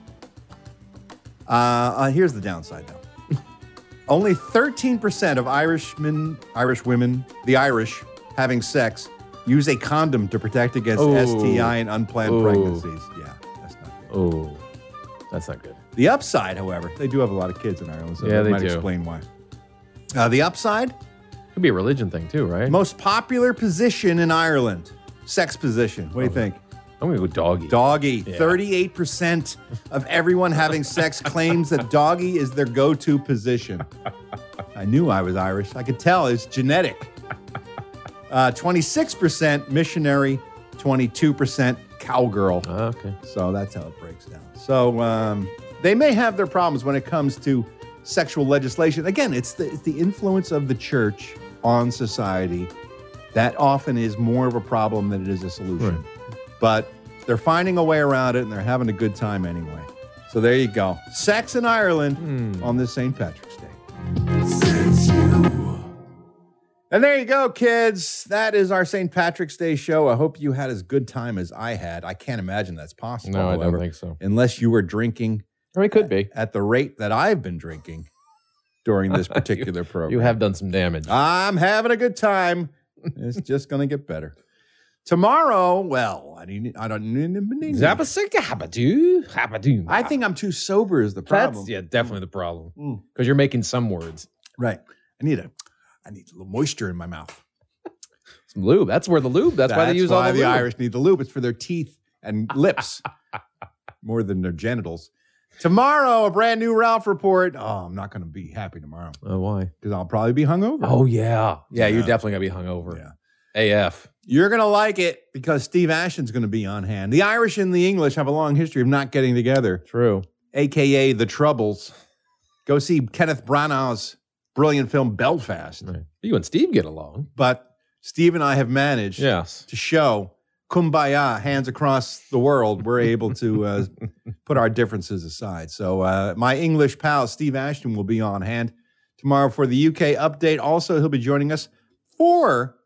Uh, uh, here's the downside, though. Only 13% of Irishmen, Irish women, the Irish having sex, use a condom to protect against Oh. STI and unplanned Oh. pregnancies. Yeah, that's not good. Oh, that's not good. The upside, however, they do have a lot of kids in Ireland, so Yeah, that they might do. explain why. Uh, the upside, Could be a religion thing too, right? most popular position in Ireland, sex position. What do you think? I'm gonna go doggy. Doggy. Yeah. 38% of everyone having sex claims that doggy is their go to position. I knew I was Irish. I could tell it's genetic. Uh, 26% missionary, 22% cowgirl. Ah, okay. So that's how it breaks down. So um, they may have their problems when it comes to sexual legislation. Again, it's the, it's the influence of the church on society that often is more of a problem than it is a solution. But they're finding a way around it and they're having a good time anyway. So there you go. Sex in Ireland Hmm. on this St. Patrick's Day. And there you go, kids. That is our St. Patrick's Day show. I hope you had as good time as I had. I can't imagine that's possible. No, I don't however, think so. Unless you were drinking Or it could be. at the rate that I've been drinking during this particular program. You have done some damage. I'm having a good time. It's just going to get better. Tomorrow, well, I don't. I don't. Zabba-sigga-habba-doo, habba-doo. I think I'm too sober is the problem. That's yeah, definitely the problem. Mm. Because you're making some words. Right. I need a. I need a little moisture in my mouth. Some lube. That's where the lube. That's, why they use all why the, lube. Irish need the lube. It's for their teeth and lips more than their genitals. Tomorrow, a brand new Ralph report. Oh, I'm not going to be happy tomorrow Oh, why? because I'll probably be hungover. Oh yeah. yeah, Yeah. You're definitely gonna be hungover. Yeah. AF. You're going to like it because Steve Ashen's going to be on hand. The Irish and the English have a long history of not getting together. True. AKA The Troubles. Go see Kenneth Branagh's brilliant film Belfast. You and Steve get along. But Steve and I have managed Yes. to show kumbaya, hands across the world, we're able to uh, put our differences aside. So, uh, my English pal, Steve Ashton, will be on hand tomorrow for the UK update. Also, he'll be joining us for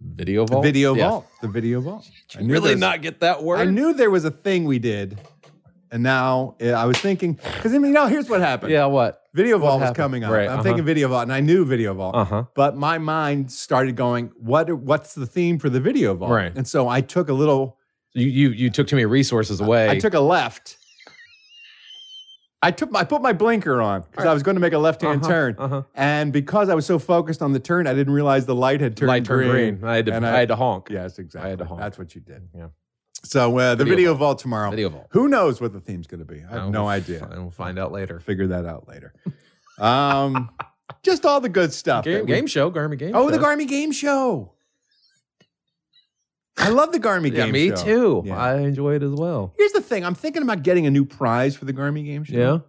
Video Vault. Video Yeah. Vault. The Video Vault. I knew Really there's- not get that word? I knew there was a thing we did, and now uh, I was thinking because I mean, now here's what happened. Yeah, what? Video Vault was happened? coming up. Right, I'm uh-huh. thinking Video Vault, and I knew Video Vault, Uh-huh. but my mind started going, "What? What's the theme for the Video Vault?" Right. And so I took a little, You you you took too many resources away. I took a left. I took, my, I put my blinker on because I was going to make a left-hand Uh-huh, turn, uh-huh. and because I was so focused on the turn, I didn't realize the light had turned light turned green. I had to and I, had to honk. Yes, exactly. I had to honk. That's what you did. Yeah. So uh, the Video video, vault. tomorrow. Video vault. Who knows what the theme's going to be? I have I'll no f- idea. And we'll find out later. Figure that out later. Um, just all the good stuff. Game, that we- game show, Garmy game. oh, show. the Garmy Game Show. I love the Garmy Yeah, Game me Show. too. Yeah. I enjoy it as well. Here's the thing: I'm thinking about getting a new prize for the Garmy Game Show. Yeah. I'm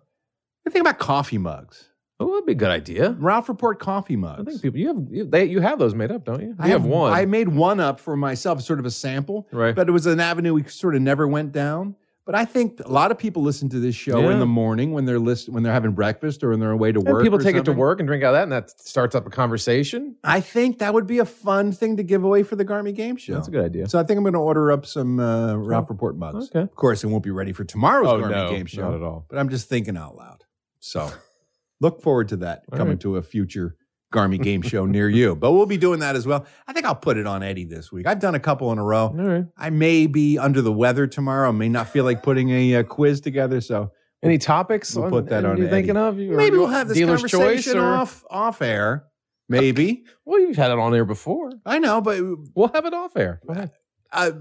thinking about coffee mugs. Oh, that'd be a good idea. Ralph Report coffee I mugs. think people you have you, they, you have those made up, don't you? You have, one. I made one up for myself, sort of a sample. Right. But it was an avenue we sort of never went down. But I think a lot of people listen to this show Yeah. in the morning when they're list- when they're having breakfast or on their way to And work. people or take it to something. work and drink out of that, and that starts up a conversation. I think that would be a fun thing to give away for the Garmy Game Show. That's a good idea. So I think I'm going to order up some uh, Ralph Report mugs. Okay. Of course, it won't be ready for tomorrow's Oh, Garmy no, Game Show not at all. But I'm just thinking out loud. So look forward to that All coming right. to a future Garmy Game Show near you. But we'll be doing that as well. I think I'll put it on Eddie this week. I've done a couple in a row. All right. I may be under the weather tomorrow. I may not feel like putting a, uh quiz together. So Any topics? We'll on- put that are on You Eddie. thinking of You- or maybe you we'll want have this dealer's conversation or- off off air. Maybe Well, you've had it on air before. I know, but We'll have it off air. Go ahead. uh,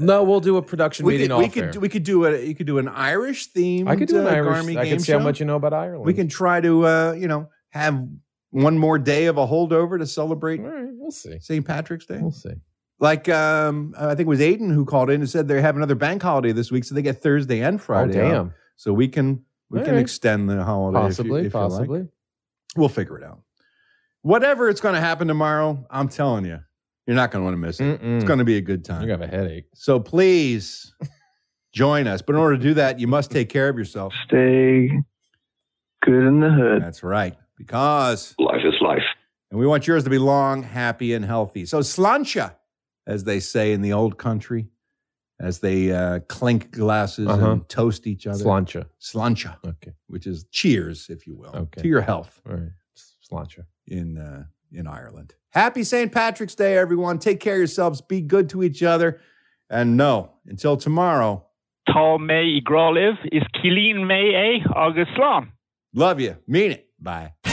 no, we'll do a production we meeting could off we could air. do- we could do a you could do an Irish theme. I could do an Irish. Garmy I game could see show. how much you know about Ireland. We can try to uh, you know have one more day of a holdover to celebrate All right, we'll see. St. Patrick's Day. We'll see. Like um, I think it was Aiden who called in and said they have another bank holiday this week, so they get Thursday and Friday. Oh, off. damn. So we can we All can right. extend the holiday if you- Possibly. if you like. possibly. We'll figure it out. Whatever it's going to happen tomorrow, I'm telling you, you're not going to want to miss it. Mm. It's going to be a good You're time. gonna have a headache. So please join us. But in order to do that, you must take care of yourself. Stay good in the hood. That's right. Because Life is life. and we want yours to be long, happy, and healthy. So slancha, as they say in the old country, as they uh, clink glasses Uh-huh. and toast each other. Slancha. Slancha, Okay. which is cheers, if you will, Okay. to your health All right. Slancha. in uh, in Ireland. Happy St. Patrick's Day, everyone. Take care of yourselves. Be good to each other. And no, until tomorrow, Tá mé i gráibh is Cilín mé é agus slán. love you. Mean it. Bye.